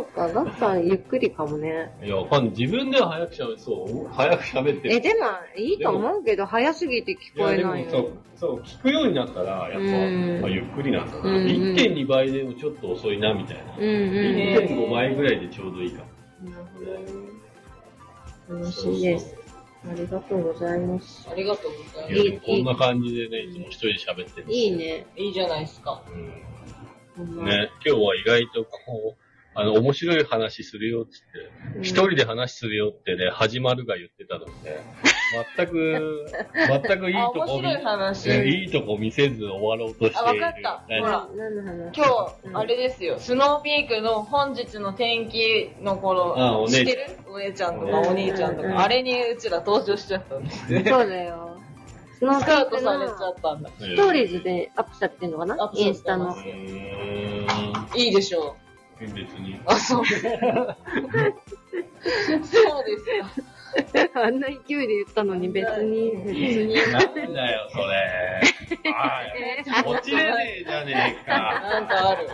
Speaker 3: うか、ガッさんゆっくりかもね。
Speaker 1: いや、わかんない自分では早く喋る、そう、早く喋ってる。
Speaker 3: え、でも、いいと思うけど、早すぎて聞こえない
Speaker 1: やでも
Speaker 3: よ。
Speaker 1: そう、そう、聞くようになったら、やっぱ、
Speaker 3: うん
Speaker 1: まあゆっくりなんだな。
Speaker 3: うんうん
Speaker 1: 1.2倍でもちょっと遅いな、みたいな。
Speaker 3: うんうん。
Speaker 1: 1.5倍ぐらいでちょうどいいかも。
Speaker 3: 楽しいです。ありがとうございます。
Speaker 2: ありがとうござい
Speaker 1: い
Speaker 2: ま
Speaker 1: や
Speaker 2: す。
Speaker 1: でもこんな感じでね、いつも一人で喋ってる。
Speaker 3: いいね。
Speaker 2: いいじゃないですか。
Speaker 1: うん。
Speaker 3: ほんま
Speaker 1: ね、今日は意外とこう、あの、面白い話するよって言って、一、人で話するよってね、始まるが言ってたので、全
Speaker 2: [LAUGHS]
Speaker 1: く、全くいい
Speaker 2: あ、
Speaker 1: とこ
Speaker 2: 面
Speaker 1: 見
Speaker 2: 白い話。
Speaker 1: ねいいとこ見せず終わろうとしている。
Speaker 2: あわかった
Speaker 1: ね
Speaker 2: ほら
Speaker 3: 何の話
Speaker 2: 今日、あれですよ、スノーピークの本日の天気の
Speaker 1: あお
Speaker 2: 頃、
Speaker 1: 姉
Speaker 2: 知ってるお姉ちゃんとかお兄ちゃんと
Speaker 3: うん
Speaker 2: か、あれにうちら登場しちゃったんです。
Speaker 3: そうだよ。スノー
Speaker 2: ス
Speaker 3: ピ
Speaker 2: カ
Speaker 3: ー
Speaker 2: ウト
Speaker 3: ク
Speaker 2: され
Speaker 3: の
Speaker 2: ちゃったんだ。
Speaker 1: ス
Speaker 3: ストーリーズでアップされてるのか
Speaker 2: アッ
Speaker 3: な
Speaker 2: プさ
Speaker 3: イ
Speaker 2: れ
Speaker 3: ン
Speaker 2: て
Speaker 3: スタ
Speaker 2: ま
Speaker 3: の
Speaker 2: す。いいでしょ
Speaker 1: 別に
Speaker 2: う。。あ、そう。そうですか。
Speaker 3: [LAUGHS] あんな勢いで言ったのに別に。
Speaker 2: 別に。
Speaker 1: なんだよ、それ。
Speaker 2: [LAUGHS]
Speaker 1: おい落ちれねえじゃねえか。
Speaker 2: なんかある。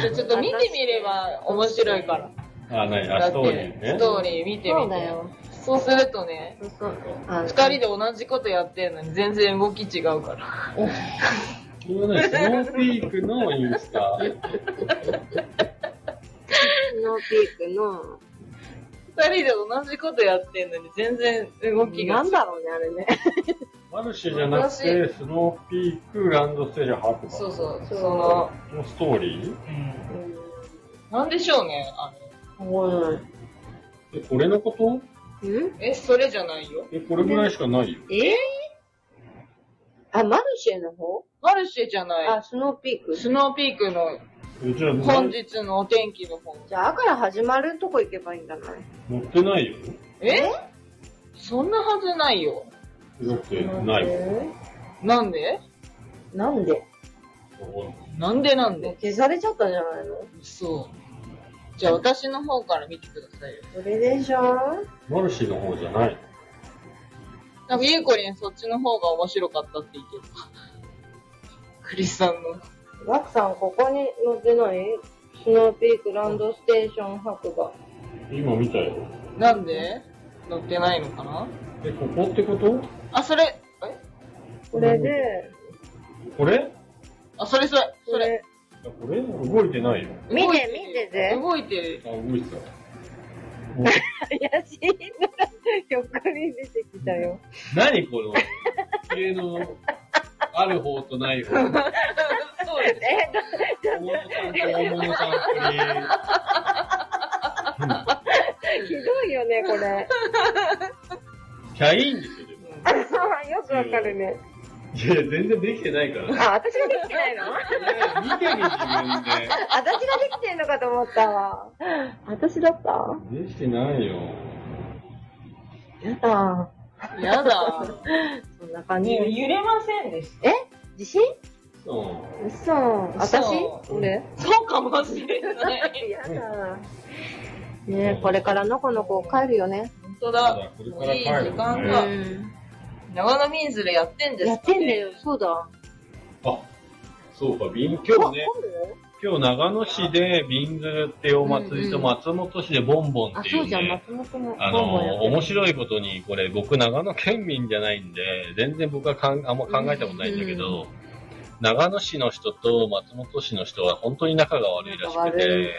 Speaker 2: じゃあちょっと見てみれば面白いから。
Speaker 1: あ、なに、あ、
Speaker 2: だ
Speaker 1: ス
Speaker 2: っ
Speaker 1: トーリー
Speaker 2: て、
Speaker 1: ね
Speaker 2: ス。トーリー見てみて。
Speaker 3: そうだよ。
Speaker 2: そうするとね、
Speaker 3: そうそう。あ
Speaker 2: 二人で同じことやってんのに全然動き違うから。
Speaker 1: これはね、スノーピークのインスタ。
Speaker 3: スノーピークの、
Speaker 2: 二人で同じことやってんのに全然動きが違
Speaker 3: なん
Speaker 2: う。
Speaker 3: だろうね、あれね。
Speaker 1: マルシェじゃなくて、スノーピークランドステージ白馬
Speaker 2: そうそう、その、
Speaker 1: のストーリー
Speaker 2: なんでしょうね、あ
Speaker 3: うん。
Speaker 1: え、これのこと
Speaker 3: うん
Speaker 2: の、え、それじゃないよ。
Speaker 1: え、これぐらいしかないよ。
Speaker 3: えあ、マルシェの方
Speaker 2: マルシェじゃな
Speaker 3: あ、スノーピーク
Speaker 2: い。。スノーピークの
Speaker 1: え、じゃあ、
Speaker 2: 本日のお天気の方。
Speaker 3: じゃあ、あから始まるとこ行けばいいんだな。
Speaker 1: 乗ってないよ。
Speaker 2: えそんなはずないよ。
Speaker 1: だって、ないもん。
Speaker 2: なんで
Speaker 3: なんで
Speaker 2: なんでなんで
Speaker 3: 消されちゃったんじゃないの
Speaker 2: そう。じゃあ私の方から見てくださいよ。
Speaker 3: それでしょ
Speaker 1: マルシェの方じゃない。
Speaker 2: なんかゆうこりんそっちの方が面白かったって言ってた。クリスさんの。
Speaker 3: ガクさん、ここに載ってないスノーピークランドステーション白馬。
Speaker 1: 今見たよ。
Speaker 2: なんで乗ってないのかな
Speaker 1: え、ここってこと
Speaker 2: あ、それ、え
Speaker 3: これで、
Speaker 1: これ
Speaker 2: あ、それそれ、それ。
Speaker 1: あこれ動いてないよ。
Speaker 3: 見て
Speaker 2: 動いる
Speaker 3: 見てて
Speaker 2: 動いてる。
Speaker 1: あ、動い
Speaker 2: [LAUGHS]
Speaker 1: てた。
Speaker 3: 怪しい [LAUGHS] な。 [LAUGHS] 横に出てきたよ。
Speaker 1: 何この、系のある方とない方。大物さ
Speaker 2: そうです。
Speaker 1: んと大物さん
Speaker 2: [LAUGHS]
Speaker 3: ひどいよね、こ [LAUGHS] れ。
Speaker 1: に。キャインですよ、でも。
Speaker 3: よくわかるね。
Speaker 1: いや、全然できてないから。
Speaker 3: [LAUGHS]
Speaker 1: ね
Speaker 3: あ、私ができてないの
Speaker 1: 見てみ、自分で。
Speaker 3: [LAUGHS] 私ができてんのかと思ったわ。 [LAUGHS] 私だった
Speaker 1: できてないよ。
Speaker 3: やだ。
Speaker 2: やだ。
Speaker 3: そんな感じ。
Speaker 2: 揺れませんでした。
Speaker 3: 自信
Speaker 1: そう。
Speaker 3: 嘘。私俺
Speaker 2: そうかもしれない。
Speaker 3: やだ。ねえこれからのこの子帰るよね。
Speaker 2: 本当
Speaker 1: た
Speaker 2: だ。
Speaker 1: だこれから帰る、ね。
Speaker 2: いい時間
Speaker 3: う
Speaker 2: だ
Speaker 3: ん。
Speaker 2: 長野ミンズでやってんですか、ね、
Speaker 3: やってんだよ。そうだ。
Speaker 1: あ、そうか、便、今日ね、今日長野市でビンズっていうお祭りと
Speaker 3: うんうん
Speaker 1: 松本市でボンボン
Speaker 3: あ、
Speaker 1: ってい
Speaker 3: そううじゃん。
Speaker 1: ね、
Speaker 3: 松本も。
Speaker 1: あ
Speaker 3: ボンボンやっ
Speaker 1: の、
Speaker 3: てる
Speaker 1: 面白いことに、これ僕長野県民じゃないんで、全然僕はかんあんま考えたことないんだけど、長野市の人と松本市の人は本当に仲が悪いらし
Speaker 3: 仲
Speaker 1: く
Speaker 3: 悪い
Speaker 1: て、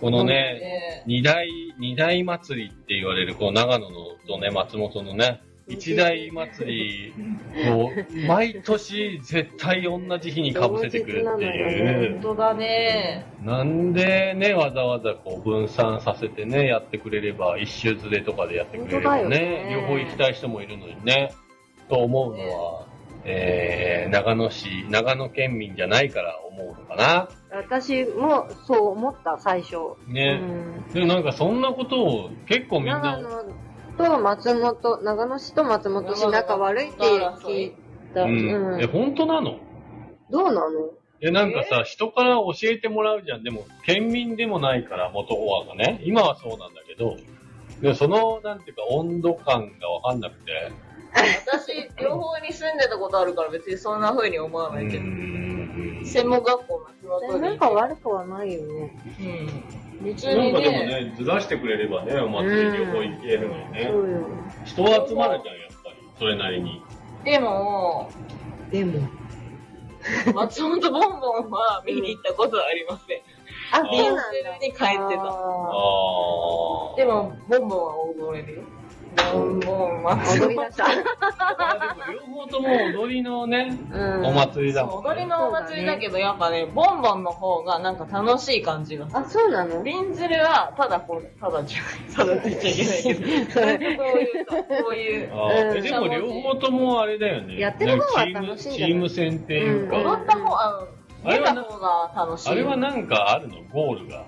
Speaker 1: このね、二大、二大祭りって言われる、この長野のとね、松本のね、一大祭りを毎年絶対同じ日にかぶせてくるってい
Speaker 3: 同日なのよ
Speaker 1: う
Speaker 3: ね。
Speaker 2: 本当だね。
Speaker 1: なんでね、わざわざこう分散させてね、やってくれれば、一周ずれとかでやってくれればね、
Speaker 3: 本当だよね
Speaker 1: 両方行きたい人もいるのにね、と思うのは、えー、長野市、長野県民じゃないから思うのかな。
Speaker 3: 私もそう思った、最初。う
Speaker 1: ね。
Speaker 3: ん。
Speaker 1: でもなんかそんなことを結構みん
Speaker 3: 長
Speaker 1: な、
Speaker 3: 野と松本、長野市と松本市仲悪いって聞いた。
Speaker 1: う、
Speaker 3: うん
Speaker 1: え、
Speaker 3: ん。
Speaker 1: 本当なの
Speaker 3: どうなの
Speaker 1: え、なんかさ、人から教えてもらうじゃん。でも、県民でもないから、元オアがね。今はそうなんだけど、でその、なんていうか、温度感がわかんなくて、
Speaker 2: 私、両方に住んでたことあるから別にそんな風に思わないけど。
Speaker 1: な
Speaker 2: 専門学校松本で。
Speaker 3: なんか悪くはないよね。
Speaker 2: うん。別に
Speaker 1: んかでも
Speaker 2: ね、
Speaker 1: ね、ずらしてくれればね、お祭り旅行行けるのにね。
Speaker 3: そうよ。
Speaker 1: 人は集まるじゃん、やっぱり。それなりに。
Speaker 2: でも、
Speaker 3: でも。
Speaker 2: 松本ボンボンは見に行ったことはありません。
Speaker 1: ー
Speaker 3: あ、そうなんだ。
Speaker 2: 温泉に帰ってた。
Speaker 1: あ
Speaker 3: あ
Speaker 1: あ。
Speaker 2: でも、ボンボンは踊れるよ。ボンボンは
Speaker 3: ー踊り出した。
Speaker 1: あでも両方とも踊りのね、
Speaker 3: うん。
Speaker 1: お祭りだもん、ね。
Speaker 2: 踊りのお祭りだけど、やっぱね、ボンボンの方がなんか楽しい感じがする。
Speaker 3: あ、そうなの
Speaker 2: ビンズルは、ただこう、ただじゃない、ただって言っちゃいけないけど、なんかこういうさ、こういう、
Speaker 1: あー
Speaker 3: うん
Speaker 1: えでも両方ともあれだよね。
Speaker 3: やってる方は楽しいんじゃない
Speaker 1: なんかチームチーム戦っていうか、
Speaker 3: うん
Speaker 2: 踊った方、あの、
Speaker 1: あれ
Speaker 2: 出
Speaker 1: は
Speaker 2: た
Speaker 1: な
Speaker 2: 方が楽しい。
Speaker 1: あれはなんかあるのゴールが。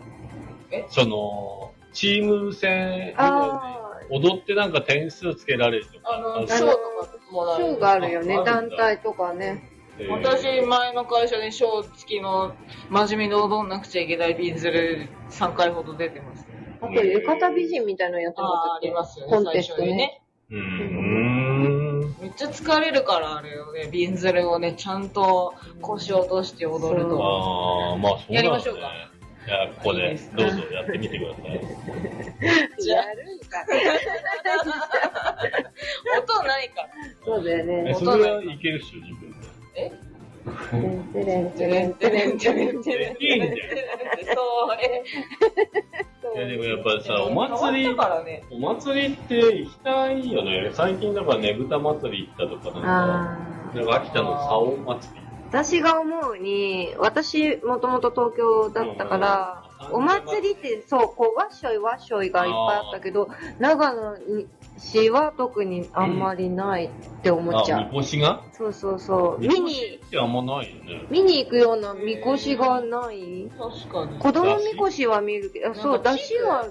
Speaker 2: え
Speaker 1: その、チーム戦、
Speaker 3: あ
Speaker 1: 踊ってなんか点数つけられるとか。
Speaker 2: あの、
Speaker 1: る
Speaker 2: 賞とかも
Speaker 3: あ、
Speaker 2: らえ
Speaker 3: 賞
Speaker 2: る。
Speaker 3: があるよね
Speaker 1: あ。ある
Speaker 3: 団
Speaker 1: んだ
Speaker 3: 体とかね。
Speaker 1: えー
Speaker 2: 私、前の会社で賞付きの真面目に踊んなくちゃいけないビンズル3回ほど出てます。
Speaker 3: あと、浴衣美人みたいなのやって
Speaker 2: あ
Speaker 3: なか
Speaker 2: あ、
Speaker 3: っ
Speaker 2: あ
Speaker 3: た
Speaker 2: り
Speaker 3: っ
Speaker 2: ますよね、
Speaker 3: コンテ
Speaker 2: 最
Speaker 3: ス
Speaker 2: 初
Speaker 3: トね
Speaker 2: にね。
Speaker 1: うーん。
Speaker 2: めっちゃ疲れるからあれよね、ビンズルをね、ちゃんと腰を落として踊ると。
Speaker 1: ああ、まあそうなんだ、ね。
Speaker 2: やりましょうか
Speaker 1: いや、ここ
Speaker 2: いい
Speaker 1: で
Speaker 2: です、か
Speaker 1: どうぞやってみてください。
Speaker 2: [LAUGHS]
Speaker 3: けやるんか。
Speaker 2: 音ないから。
Speaker 3: そうだよ
Speaker 1: え、
Speaker 3: ね。
Speaker 1: それはいけるっしょ、自分で。
Speaker 2: え
Speaker 3: てれんて
Speaker 2: て
Speaker 3: れ
Speaker 2: れ
Speaker 3: ん
Speaker 2: ん
Speaker 3: て
Speaker 2: て
Speaker 3: れ
Speaker 2: れ
Speaker 3: ん
Speaker 2: ん
Speaker 3: て
Speaker 2: て
Speaker 3: れ
Speaker 2: れ
Speaker 3: ん
Speaker 2: ん
Speaker 3: て
Speaker 2: て
Speaker 3: れ
Speaker 2: れん。
Speaker 3: ん
Speaker 1: いいんだよ。
Speaker 2: そう、え。
Speaker 1: いや、でもやっぱりさ、お祭
Speaker 2: 変わ
Speaker 1: り
Speaker 2: った、からね。
Speaker 1: お祭りって行きたいよね。最近だからねぶた祭り行ったとかなんか、
Speaker 3: あー
Speaker 1: なんか秋田の竿祭り。
Speaker 3: 私が思うに、私、もともと東京だったから、
Speaker 1: うん
Speaker 3: お祭りって、そう、こう、わっしょいわっしょいがいっぱいあったけど、長野市は特にあんまりないって思っちゃ
Speaker 1: あ、
Speaker 3: う。
Speaker 1: みこしが
Speaker 3: そうそうそう。見に、
Speaker 1: ってあんまないよね。
Speaker 3: 見に行くようなみこしがない
Speaker 2: 確かに。
Speaker 3: 子供みこしは見るけど、あそう、
Speaker 2: な
Speaker 3: だ
Speaker 2: んか地
Speaker 3: し
Speaker 2: 区
Speaker 3: は、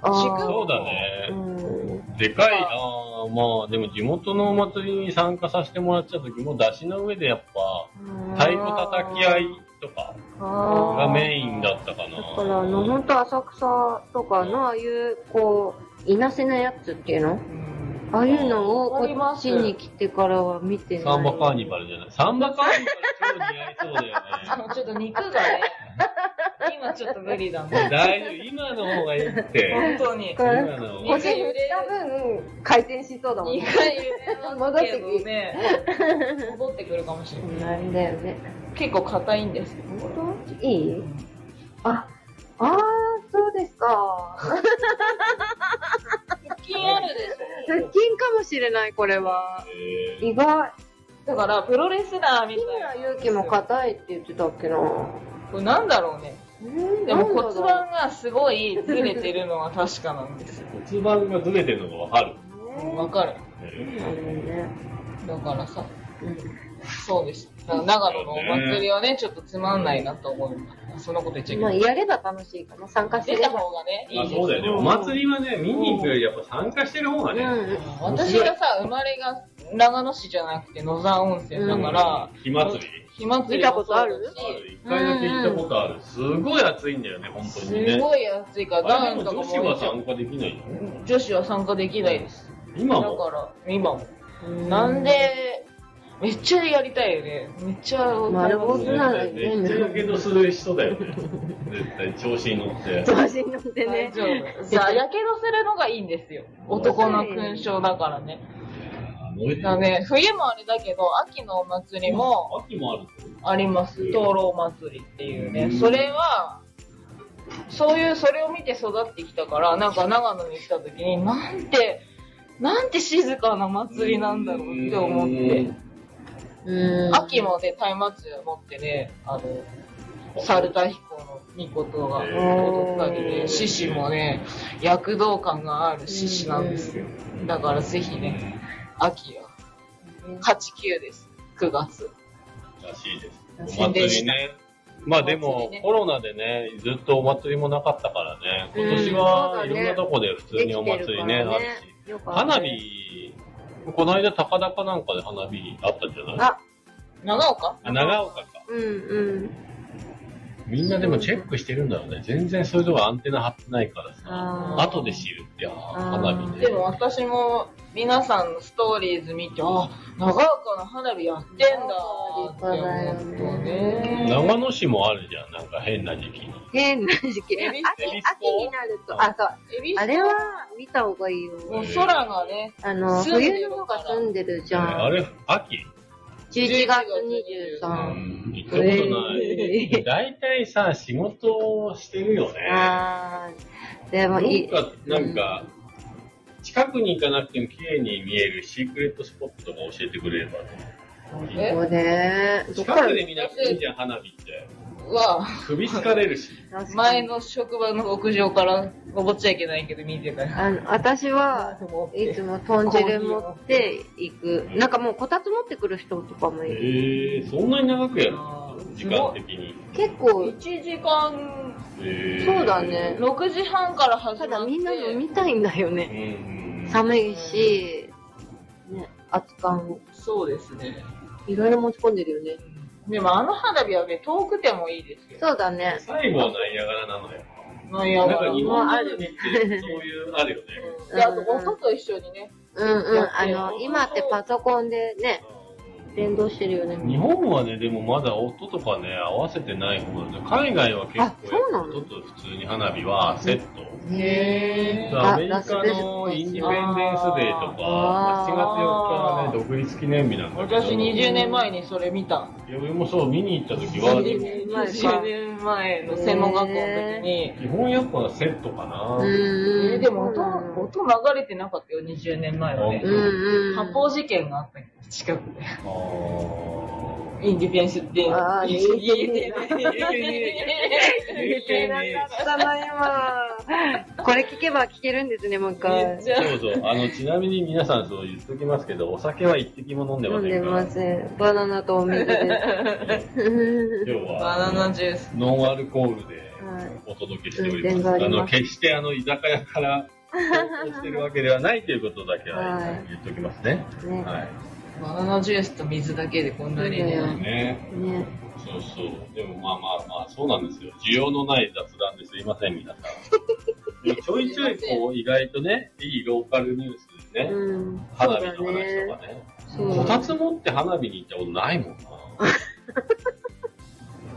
Speaker 3: あー
Speaker 2: 地
Speaker 1: そうだ
Speaker 3: う
Speaker 1: ね。
Speaker 3: ん。
Speaker 1: でかいなあまあ、でも地元のお祭りに参加させてもらっちゃった時も、出汁の上でやっぱ、太鼓叩き合いとか
Speaker 3: が
Speaker 1: がメインだったかな。
Speaker 3: だから、あの、本当浅草とかの、ああいう、こう、いなせなやつっていうのああいうのをこっちに来てからは見てない。
Speaker 1: サンバカーニバルじゃない。サンバカーニバル超似合いそうだよね。
Speaker 2: あのちょっと肉がね、今ちょっと無理だね。
Speaker 1: 大丈夫、今の方がいいって。
Speaker 2: 本当に。
Speaker 3: これ
Speaker 1: 今の方がいい
Speaker 3: こっちに多分回転しそうだもん
Speaker 2: 2
Speaker 3: ね。
Speaker 2: 回揺れますけどね、戻ってくるかもしれない。
Speaker 3: なんだよね。
Speaker 2: 結構硬いんですよ。
Speaker 3: 本当いいあ、あー、そうですか。
Speaker 2: 腹筋あるでしょ
Speaker 3: 腹筋かもしれない、これは。
Speaker 1: えー
Speaker 3: 意外。
Speaker 2: だから、プロレスラーみ
Speaker 3: 日
Speaker 2: たいな。
Speaker 3: 村勇紀も硬いって言ってたっけな。
Speaker 2: これなんだろうね。でも骨
Speaker 3: なんだろ
Speaker 2: 盤がすごいずれてるのは確かなんですよ。
Speaker 1: 骨盤がずれてるのがわかる。
Speaker 3: う
Speaker 2: わかる。
Speaker 1: ね
Speaker 3: ね。うんね
Speaker 2: だからさ、
Speaker 3: うん
Speaker 2: そうです。だから長野のお祭りはね、ちょっとつまんないなと思う。そんなこと言っちゃいけ
Speaker 3: ま
Speaker 2: な
Speaker 3: あ、
Speaker 2: い。
Speaker 3: やれば楽しいかな。参加して
Speaker 2: 出
Speaker 3: れ
Speaker 2: た
Speaker 3: ば。
Speaker 2: 方がね、い
Speaker 1: あ
Speaker 2: いです
Speaker 1: そうだよね。お祭りはね、見に行くよりやっぱ参加してる方が
Speaker 3: う
Speaker 1: ね、
Speaker 3: ん。
Speaker 2: 私がさ、生まれが長野市じゃなくて野沢温泉だから、
Speaker 1: 火祭り。
Speaker 2: 火祭り
Speaker 3: 見たことある
Speaker 1: ある一回だけ行ったことある。すごい暑いんだよね、本当
Speaker 2: す
Speaker 1: にね。
Speaker 2: ごい暑いから、
Speaker 1: あ
Speaker 2: ダ
Speaker 1: れ
Speaker 2: ウ
Speaker 1: で
Speaker 2: ンと
Speaker 1: も
Speaker 2: か
Speaker 1: 女
Speaker 2: も
Speaker 1: 子は参加できないの
Speaker 2: 女子は参加できないです。だ
Speaker 1: 今
Speaker 2: か
Speaker 1: も。
Speaker 2: ら、今も。なんで、めっちゃやりたいよね。めっちゃ、
Speaker 3: なるほど
Speaker 1: 絶
Speaker 3: な
Speaker 1: 対やけどする人だよね。絶対調子に乗って。
Speaker 3: 調子に乗って
Speaker 2: 大
Speaker 3: ね。
Speaker 2: 丈夫。さあ、やけどするのがいいんですよ。男の勲章だからね。
Speaker 1: 燃えて
Speaker 2: だからね、冬もあれだけど、秋のお祭りも
Speaker 1: 秋もある
Speaker 2: あります。灯籠祭りっていうね
Speaker 1: う。ん
Speaker 2: それは、そういう、それを見て育ってきたから、なんか長野に来た時に、なんて、なんて静かな祭りなんだろうって思って。
Speaker 3: うん
Speaker 2: 秋。もね、松明を持ってね、あの、猿田彦のニコトが踊ったり
Speaker 1: へー
Speaker 2: ね、獅子もね、躍動感がある獅子なんですよ。だからぜひね、秋は、89です、9月。
Speaker 1: らしいです。お
Speaker 2: 宣
Speaker 1: 祭
Speaker 2: 伝
Speaker 1: り
Speaker 2: し
Speaker 1: ね。まあでも、コロナでね、ずっとお祭りもなかったからね、今年は
Speaker 3: う
Speaker 1: い
Speaker 3: ん
Speaker 1: ろんなとこで普通にお祭りね、あるし。花。火、この間高田かなんかで花火あったんじゃない
Speaker 3: あ
Speaker 2: 長岡
Speaker 1: あ、長岡か。
Speaker 3: うんうん。
Speaker 1: みんなでもチェックしてるんだろうね。全然そういうとこアンテナ張ってないからさ。
Speaker 3: あー
Speaker 1: 後で知るって、あー花火ね
Speaker 2: で。も私も皆さんのストーリーズ見て、あ、長岡の花火やってんだって思ったね。
Speaker 1: 長野市もあるじゃん、なんか変な時期に。
Speaker 3: 変な時期。
Speaker 2: 恵比
Speaker 3: 秋
Speaker 2: 寿
Speaker 3: 秋になると、あ、そう。
Speaker 2: 恵比寿
Speaker 3: あれは見た方がいいよ。
Speaker 2: もう空がね、
Speaker 3: あの、
Speaker 2: 住んでる
Speaker 3: 冬の方が住んでるじゃ
Speaker 1: あ
Speaker 3: ん。
Speaker 1: れ、秋
Speaker 3: 11月
Speaker 1: う
Speaker 3: 23。
Speaker 1: ん、行ったことない。大体さ、仕事をしてるよね。
Speaker 3: あー、でも
Speaker 1: どっ
Speaker 3: いい。
Speaker 1: か、なんか、近くに行かなくても綺麗に見えるシークレットスポットとか教えてくれればね。
Speaker 2: え
Speaker 3: こうね。どっか
Speaker 1: 近
Speaker 3: ら
Speaker 1: くで見なくていいじゃん、花火って。
Speaker 2: は、
Speaker 1: 首疲れるし。
Speaker 2: 前。の職場の屋上から登っちゃいけないけど見てたら。
Speaker 3: あの、私
Speaker 2: [LAUGHS]
Speaker 3: は、いつも豚汁持って行く。なんかもうこたつ持ってくる人とかもいる。
Speaker 1: えー、そんなに長くやる時間的に。
Speaker 3: 結構
Speaker 2: 1、時間、
Speaker 1: えー
Speaker 3: そうだね
Speaker 2: 6時半から始まっ
Speaker 3: た
Speaker 2: て。
Speaker 3: だみんなの見たいんだよ
Speaker 1: う
Speaker 3: ね。
Speaker 1: ん。
Speaker 3: 寒いし、ね、熱感を。
Speaker 2: そうですね。
Speaker 3: いろいろ持ち込んでるよね。
Speaker 2: でもあの花火はね、遠くてもいいですよ。
Speaker 3: そうだね。
Speaker 1: 最後はナイアガラなのよ。
Speaker 2: ナイ
Speaker 1: な
Speaker 2: ア
Speaker 1: ん
Speaker 2: ガラ
Speaker 1: か日
Speaker 2: の。
Speaker 1: 本の海ってそういう、あるよね。
Speaker 2: うんで、あと音と一緒にね。
Speaker 3: うんうん。あの、今ってパソコンでね、連動してるよね。
Speaker 1: 日本はね、でもまだ音とかね、合わせてない方なんで、海外は結構やっ
Speaker 3: あそうな
Speaker 1: ぱ
Speaker 3: の
Speaker 1: 音と普通に花火はセット。
Speaker 2: へ
Speaker 3: あ
Speaker 1: アメリカのインディペンデンスデーとか、
Speaker 3: あ
Speaker 1: 7月4日は
Speaker 3: ー
Speaker 1: ね、独立記念日なんだけど、
Speaker 2: 私20年前にそれ見た。
Speaker 1: いや俺もそう、見に行った時は、
Speaker 3: 20
Speaker 1: 基
Speaker 3: 年前か
Speaker 2: 20年前の専門学校の時に。
Speaker 1: 本やっぱセットかな。
Speaker 3: うんうん。
Speaker 2: えーでも音、音
Speaker 3: う。
Speaker 2: 流れてなかったよ、20年前はね
Speaker 1: うん
Speaker 3: うん。
Speaker 2: 発砲事件があったよ近くで。
Speaker 1: あー
Speaker 2: インディペンスって。
Speaker 3: あー
Speaker 2: 言えてない。言えてない。
Speaker 1: 言えてない
Speaker 3: ったな、今。 [LAUGHS] これ聞けば聞けるんですね、もう一
Speaker 2: めっ
Speaker 3: 回。
Speaker 2: ちゃ。
Speaker 1: そうそう。あの、ちなみに皆さんそう言っときますけど、お酒は一滴も飲んで
Speaker 3: 飲
Speaker 1: ま
Speaker 3: ん
Speaker 1: せ
Speaker 3: で
Speaker 1: んから。
Speaker 3: ません。バナナとお水で
Speaker 1: 今
Speaker 3: す。
Speaker 1: 日
Speaker 2: バナナ
Speaker 1: は、
Speaker 2: ジュース。
Speaker 1: ノンアルコールで
Speaker 3: はい
Speaker 1: お届けしており
Speaker 3: 全然
Speaker 1: ま
Speaker 3: あ
Speaker 1: す。あ
Speaker 3: ります
Speaker 1: の、決してあの、居酒屋から [LAUGHS] 投稿してるわけではないということだけ
Speaker 3: は
Speaker 1: はい言っときますね。
Speaker 3: [LAUGHS] ね
Speaker 1: はい。
Speaker 2: バナナジュースと水だけでこんなに
Speaker 3: う
Speaker 2: ね。
Speaker 1: ね。
Speaker 3: ね。
Speaker 1: そうそう。でもまあまあまあ、そうなんですよ。需要のない雑談ですいません、皆さ
Speaker 2: [LAUGHS]
Speaker 1: ん。でもちょいちょいこう、意外とね、いいローカルニュースでね、
Speaker 3: うん。そう
Speaker 1: 花火
Speaker 3: だ
Speaker 1: の話と
Speaker 3: ね。
Speaker 1: かね。
Speaker 3: そう
Speaker 1: こ
Speaker 3: だ
Speaker 1: た
Speaker 3: ね
Speaker 1: つ持って花火に行ったことないもん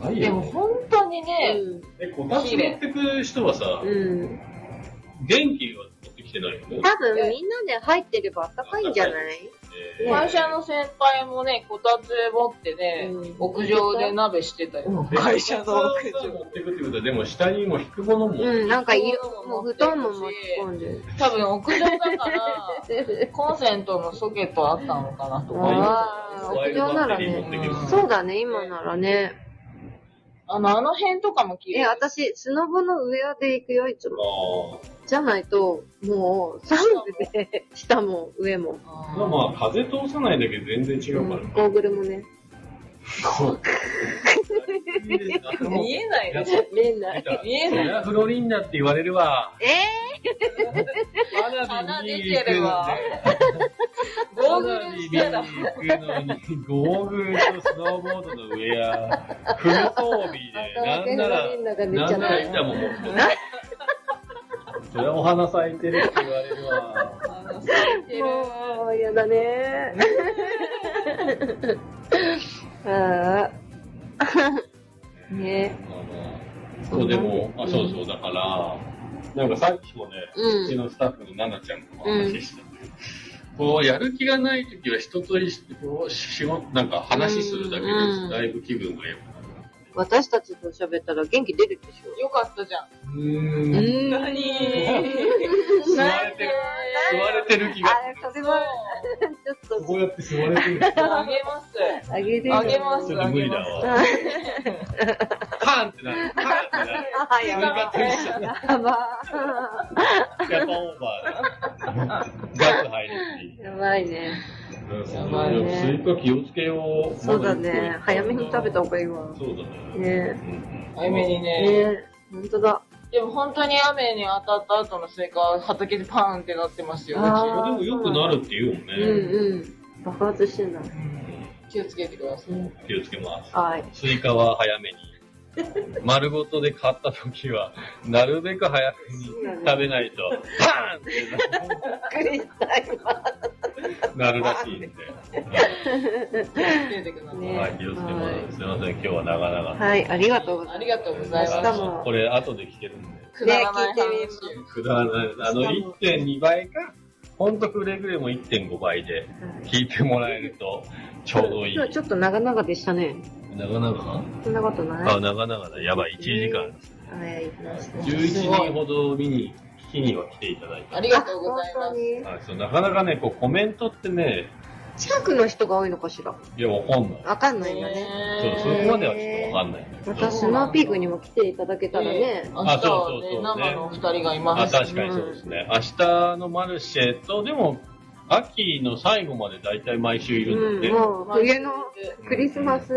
Speaker 2: [LAUGHS]
Speaker 1: な。ない
Speaker 2: でも
Speaker 1: よ。
Speaker 2: 本当にね、
Speaker 1: え、こたつ持ってく人はさ
Speaker 3: う、ん。
Speaker 1: 電気を持ってきしてないよね。
Speaker 3: 多分みんなで入ってればあったかいんじゃない
Speaker 1: えー
Speaker 2: 会社の先輩もね、こたつ持ってね、
Speaker 3: うん
Speaker 2: 屋上で鍋してたよ。
Speaker 1: で
Speaker 2: 会社の屋
Speaker 1: 普通
Speaker 2: 上。
Speaker 1: 持ってくってことは、でも下にも引くものも、
Speaker 3: うん、なんかいる
Speaker 2: 布団、
Speaker 3: も
Speaker 2: も
Speaker 3: う
Speaker 2: 持っ
Speaker 3: 布
Speaker 2: てくし
Speaker 3: 団も持ち込んでる。
Speaker 2: 多分屋上だ
Speaker 3: [LAUGHS]
Speaker 2: から、コンセントのソケットあったのかなと
Speaker 1: あ
Speaker 2: か。
Speaker 3: ああ、屋上なら
Speaker 1: 持
Speaker 3: ね
Speaker 1: っ。
Speaker 2: て
Speaker 1: てくる
Speaker 2: うん
Speaker 3: そうだね、今ならね。
Speaker 2: あの、あの辺とかも綺
Speaker 3: え、
Speaker 2: 麗。
Speaker 3: 私、スノボの上で行くよ、いつも。
Speaker 1: あ
Speaker 3: じゃないと、もう、寒くて、下も上も。
Speaker 1: あまあまあ、風通さないだけ全然違
Speaker 3: ゴ
Speaker 1: うから
Speaker 3: ーグルもね。
Speaker 1: な。
Speaker 2: [LAUGHS] 見えないでしょ。
Speaker 3: 見えない。
Speaker 2: 見え
Speaker 1: そ
Speaker 2: ない
Speaker 1: り。ゃフロリンダって言われるわ。
Speaker 3: え
Speaker 1: 花
Speaker 2: 鼻
Speaker 1: 火
Speaker 2: 出
Speaker 1: に行
Speaker 2: て
Speaker 1: く
Speaker 2: る
Speaker 1: の
Speaker 2: わ
Speaker 1: ね。
Speaker 2: ゴーグルしてた。
Speaker 1: ゴーグルとスノーボードのウェア、フル装備で、なんなら、なんなら板も持ってない。それはお花咲いてるって言われるわ。
Speaker 2: あの咲いてる
Speaker 3: もう、嫌だね。 [LAUGHS] ああ。ね
Speaker 1: あのそうでも、あ、そうそう、だから、なんかさっきもね、
Speaker 3: うん
Speaker 1: うちのスタッフのナナちゃんとも話した、こう、やる気がないときは人と一緒こう仕事、なんか話するだけで
Speaker 3: うん
Speaker 1: だいぶ気分が良くなる。
Speaker 3: 私たちと喋ったら元気出るでしょ。
Speaker 2: よかったじゃん。
Speaker 1: う
Speaker 3: う
Speaker 1: ーん。
Speaker 3: ーん。
Speaker 2: 何
Speaker 1: 吸われてる。吸われてる気が。
Speaker 3: あ、それは、 [LAUGHS] ちょっと。
Speaker 1: こうやって吸われてる。
Speaker 2: あげます。
Speaker 3: あげるよ
Speaker 2: あげます。
Speaker 1: ちょっと無理だわ。パンってなる。パンってなる。
Speaker 3: あ、やば
Speaker 1: がテンションが
Speaker 3: やば
Speaker 1: やっぱオーバーだ。ガス入るし。
Speaker 3: やばいね。
Speaker 1: や
Speaker 2: ば
Speaker 3: いね
Speaker 1: スイカ気をつけよう。
Speaker 3: そうだね。早めに食べた方
Speaker 1: が
Speaker 3: がいいわ。
Speaker 1: そうだね。
Speaker 3: ね
Speaker 2: 早めに
Speaker 3: え。
Speaker 2: ね。
Speaker 3: ねえ。ほんとだ。
Speaker 2: でも本当に雨に当たった後のスイカは畑でパーンってなってますよ。
Speaker 3: あ
Speaker 1: でもよくなるって言うもんね
Speaker 3: うん。うん。爆発してない。
Speaker 2: 気をつけてください。
Speaker 1: 気をつけます。
Speaker 3: はい。
Speaker 1: スイカは早めに。丸ごとで買った時は、なるべく早めに食べないと、パーンって
Speaker 3: びっくりした今。
Speaker 1: なるらしいんで。
Speaker 2: 気をつけてください。
Speaker 3: ね
Speaker 1: はい、気をつけます。すいません、今日は長々と。
Speaker 3: はい、ありがとうござ
Speaker 2: あ
Speaker 3: いま
Speaker 2: り
Speaker 3: す。
Speaker 2: がとうござい
Speaker 3: 明
Speaker 2: ま
Speaker 3: 日
Speaker 2: す。
Speaker 3: も
Speaker 1: これ、後で聞けるんで。
Speaker 2: くだらない話
Speaker 3: ね聞いてみます
Speaker 1: くだらない。あの、1.2倍か、ほんとくれぐれも1.5倍で聞いてもらえると、ちょうどいい
Speaker 3: 今。日ちょっと長々でしたね。
Speaker 1: 長々
Speaker 3: そんなことない。
Speaker 1: あ、長々だ。やばい、1時間。
Speaker 3: はい、ました
Speaker 1: 11人ほど見に、聞きには来ていただい
Speaker 2: あ
Speaker 1: た。
Speaker 2: りがとうございます。
Speaker 3: に。
Speaker 1: あそうなかなかね、こうコメントってね、
Speaker 3: 近くの人が多いのかしら。
Speaker 1: いや、わかんない。
Speaker 3: わかんないよね。
Speaker 1: そう、そこまではちょっとわかんないんだけ
Speaker 3: ま
Speaker 1: ど
Speaker 3: た。スノーピークにも来ていただけたらね。
Speaker 2: 明
Speaker 1: あ
Speaker 2: 日
Speaker 1: そうそう
Speaker 2: は
Speaker 1: そう
Speaker 2: ね、生のお二人がいま
Speaker 1: あ、
Speaker 2: す。
Speaker 1: 確かにそうですね。明日のマルシェと、でも、秋の最後まで大体毎週いるん
Speaker 3: う
Speaker 1: で
Speaker 3: ん、
Speaker 1: ね。
Speaker 3: もう冬のクリスマス、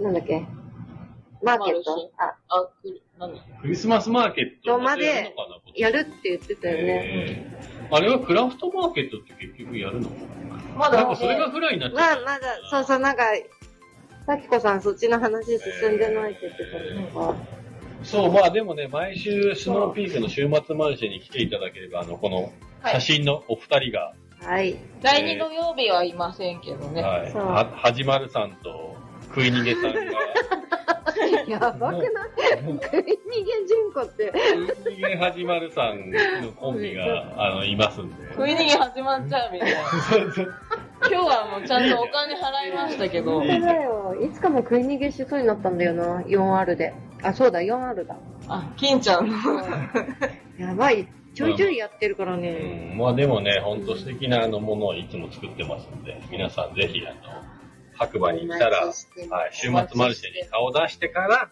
Speaker 3: なんだっけ、マーケット、あ、
Speaker 2: あ、くるなんだ
Speaker 1: クリスマスマーケットまでやるのかな
Speaker 3: やるって言ってたよね。
Speaker 1: えーあれはクラフトマーケットって結局やるの
Speaker 2: ま
Speaker 1: な
Speaker 2: だ
Speaker 1: んかそれがフライになっち
Speaker 3: ま
Speaker 1: ゃ
Speaker 3: あ
Speaker 1: う。
Speaker 3: まだ、そうそう、なんか、さきこさんそっちの話進んでないって言ってたのが、
Speaker 1: そう、まあでもね、毎週スノーピークの週末マルシェに来ていただければ、あの、この
Speaker 2: はい
Speaker 1: 写真のお二人が、
Speaker 3: はい。
Speaker 2: 第2土曜日はいませんけどね。
Speaker 1: はい、
Speaker 3: そう
Speaker 1: は、はじまるさんと、食い逃げさ
Speaker 2: [LAUGHS]
Speaker 1: んが、
Speaker 3: [LAUGHS] やばくない食い逃げ純子って。
Speaker 1: 食い逃げはじまるさんのコンビが、あの、いますんで。
Speaker 2: 食い逃げ始まっちゃうみたいな。今日はもうちゃんとお金払いましたけど
Speaker 1: いい、
Speaker 3: 本当だよ。いつかも食い逃げしそうになったんだよな、4R で。あ、そうだ、4R だ。
Speaker 2: あ、金ちゃんの。
Speaker 3: やばい。ちょいちょいやってるから
Speaker 1: う
Speaker 3: ね。
Speaker 1: ん、まあでもね、ほんと素敵なあのものをいつも作ってますんで、皆さんぜひ、あの、白馬に来たら、
Speaker 3: お
Speaker 1: は
Speaker 3: 待
Speaker 1: い
Speaker 3: ちして、
Speaker 1: 週末マルシェに顔出してから、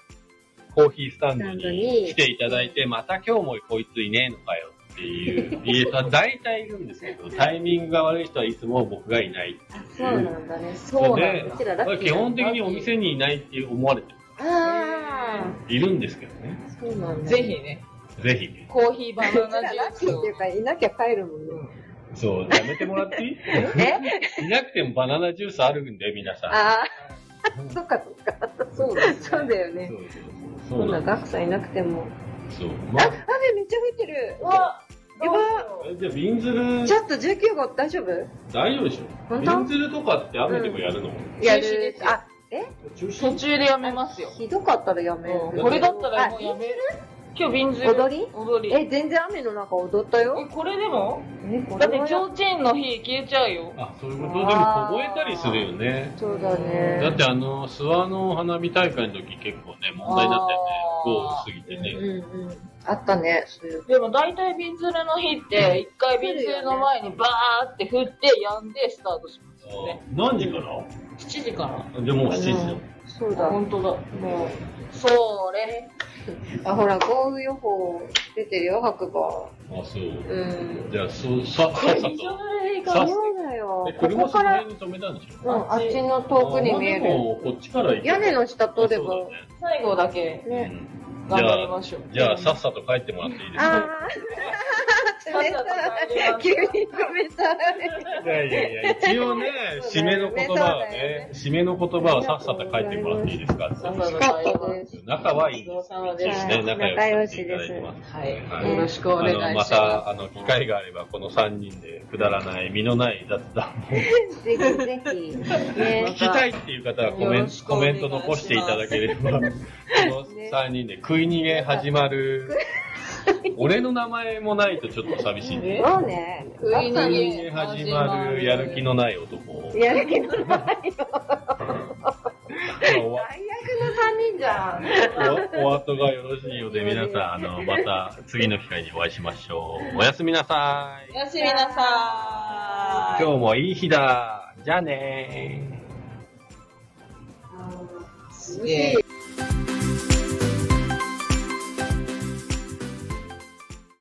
Speaker 1: コーヒースタンド
Speaker 3: スタンドに
Speaker 1: に来ていただいて、また今日もこいついねえのかよって
Speaker 3: [LAUGHS]
Speaker 1: いう、言えた大体いるんですけど、タイミングが悪い人はいつも僕がいない。
Speaker 3: あ、そうなんだね。そうなんだ。うちらラッキー
Speaker 1: 基
Speaker 3: だ
Speaker 1: 本的にお店にいないって思われてる
Speaker 3: ああ、
Speaker 1: いるんですけどね。
Speaker 3: そうなんだ。
Speaker 2: ぜひ。ね、
Speaker 1: ぜひ。
Speaker 2: コーヒーバ
Speaker 3: うち
Speaker 2: ナ
Speaker 3: ら
Speaker 2: ナジュ
Speaker 3: ラ
Speaker 2: ー
Speaker 3: ッキ
Speaker 2: ス
Speaker 3: ーっ
Speaker 2: を
Speaker 3: ていうか、いなきゃ帰るもんね。
Speaker 1: そう、やめてもらっていい
Speaker 3: [LAUGHS]
Speaker 1: [LAUGHS]
Speaker 3: え
Speaker 1: いなくてもバナナジュースあるんで、皆さん。
Speaker 3: ああ、 [LAUGHS] そっかそっか。
Speaker 2: そうだね
Speaker 3: そうだよね
Speaker 1: そ。うそうそう
Speaker 3: そ
Speaker 1: そうんな
Speaker 3: な、
Speaker 1: んだ。
Speaker 3: ガクさんいなくても。
Speaker 1: そう。
Speaker 3: あ、
Speaker 1: ま
Speaker 3: 雨
Speaker 1: あ、
Speaker 3: めっちゃ降ってる。
Speaker 2: うわ
Speaker 3: やば
Speaker 1: えじゃあ、ビンズル
Speaker 3: ち、ょっと19号大丈夫
Speaker 1: 大丈夫でしょ
Speaker 3: 本
Speaker 1: ビ
Speaker 3: 当
Speaker 1: ンズルとかって雨でもやるの、
Speaker 3: や
Speaker 2: 中止
Speaker 3: る
Speaker 2: で。すよ
Speaker 3: あ、え
Speaker 1: 中止
Speaker 2: 途中でやめますよ。
Speaker 3: ひどかったらやめる
Speaker 2: うんこれだったらもうやめ
Speaker 3: あ
Speaker 2: 今日便ず
Speaker 3: 踊り
Speaker 2: 踊り。
Speaker 3: え、全然雨の中踊ったよ
Speaker 2: え。これでも
Speaker 3: え、こ
Speaker 2: だ
Speaker 3: れ
Speaker 2: って
Speaker 3: は
Speaker 2: 提灯の火消えちゃうよ。
Speaker 1: あ、そういうことでも凍えたりするよね。
Speaker 3: そうだ
Speaker 1: だっ
Speaker 3: ね。
Speaker 1: てあの、諏訪の花火大会の時結構ね、問題になったよね。豪雨過ぎて
Speaker 3: う
Speaker 1: ね。
Speaker 3: んうん。あったね、そういう。
Speaker 2: でも大体瓶ずれの日って、一回瓶ずれの前にバーって降って、やんでスタートしますよね。
Speaker 1: あ何時から
Speaker 2: 7時から。
Speaker 1: でもう7時だ。
Speaker 3: そうだ。
Speaker 2: 本当だ。もう、それ。
Speaker 3: あ、ほら、豪雨予報出てるよ、白馬。
Speaker 1: あ、そう。
Speaker 3: うん。
Speaker 1: じゃあ、そう、さ、さっさ
Speaker 2: 一緒
Speaker 1: と。
Speaker 2: ずれでいいか
Speaker 1: さ
Speaker 2: ら
Speaker 1: っ。
Speaker 3: そうだよ
Speaker 1: え。
Speaker 3: こ
Speaker 1: 車
Speaker 3: こ
Speaker 1: そ
Speaker 3: か
Speaker 1: の
Speaker 3: ら、
Speaker 1: 辺に止めたんでしょ
Speaker 3: うん、あっちの遠くに見え
Speaker 1: あまあで
Speaker 3: る。
Speaker 1: もこっちから行けば
Speaker 3: 屋根の下通れ
Speaker 1: そ
Speaker 3: ば。
Speaker 1: うだね
Speaker 2: 最後だけ
Speaker 3: ね。
Speaker 1: じゃ
Speaker 2: 頑張り
Speaker 1: あ、
Speaker 2: ましょう。
Speaker 1: じゃあさっさと帰ってもらっていいですか
Speaker 3: あー。冷たい。急に冷たい。
Speaker 1: いやいやいや、一応ね、
Speaker 3: そう
Speaker 1: 締
Speaker 3: だ
Speaker 1: め
Speaker 3: よ
Speaker 1: の
Speaker 3: ね
Speaker 1: 言葉はね、締めの言葉はさっさと帰ってもらっていいですか
Speaker 2: さっ
Speaker 3: 美
Speaker 2: さ
Speaker 3: 味し [LAUGHS]
Speaker 2: と
Speaker 3: かったです。
Speaker 1: 仲はいい
Speaker 2: ごちそうさま
Speaker 1: で
Speaker 2: ですす。
Speaker 1: ね、
Speaker 3: はい
Speaker 1: 仲良くしていただいてます。
Speaker 2: はい。
Speaker 1: はい
Speaker 2: よろしくお願い
Speaker 1: あ
Speaker 2: し
Speaker 1: の
Speaker 2: ま。
Speaker 1: ますた、あの、機会があれば、この3人でくだらない、身のない雑談も
Speaker 3: ぜひぜ [LAUGHS] ひ。ね
Speaker 1: 聞。きたいっていう方はコメン
Speaker 2: よろ
Speaker 1: ト
Speaker 2: しくお
Speaker 1: コメ
Speaker 2: 願い
Speaker 1: ン
Speaker 2: しま
Speaker 1: ト
Speaker 2: す
Speaker 1: 残していただければ、この3人で食い逃げ始まる。俺の名前もないとちょっと寂しいね。
Speaker 3: そうね。
Speaker 2: 食い逃
Speaker 1: 食い
Speaker 2: げ
Speaker 1: 逃げ始まるやる気のない男。ま
Speaker 3: やる気のない
Speaker 1: あおわ
Speaker 3: 最悪の三人じゃん。
Speaker 1: おお後がよろしいようで、皆さん、あの、また次の機会にお会いしましょう。おやすみなさい。
Speaker 2: おやすみなさーい。
Speaker 1: 今日もいい日だ。じゃあねー。
Speaker 2: すげえ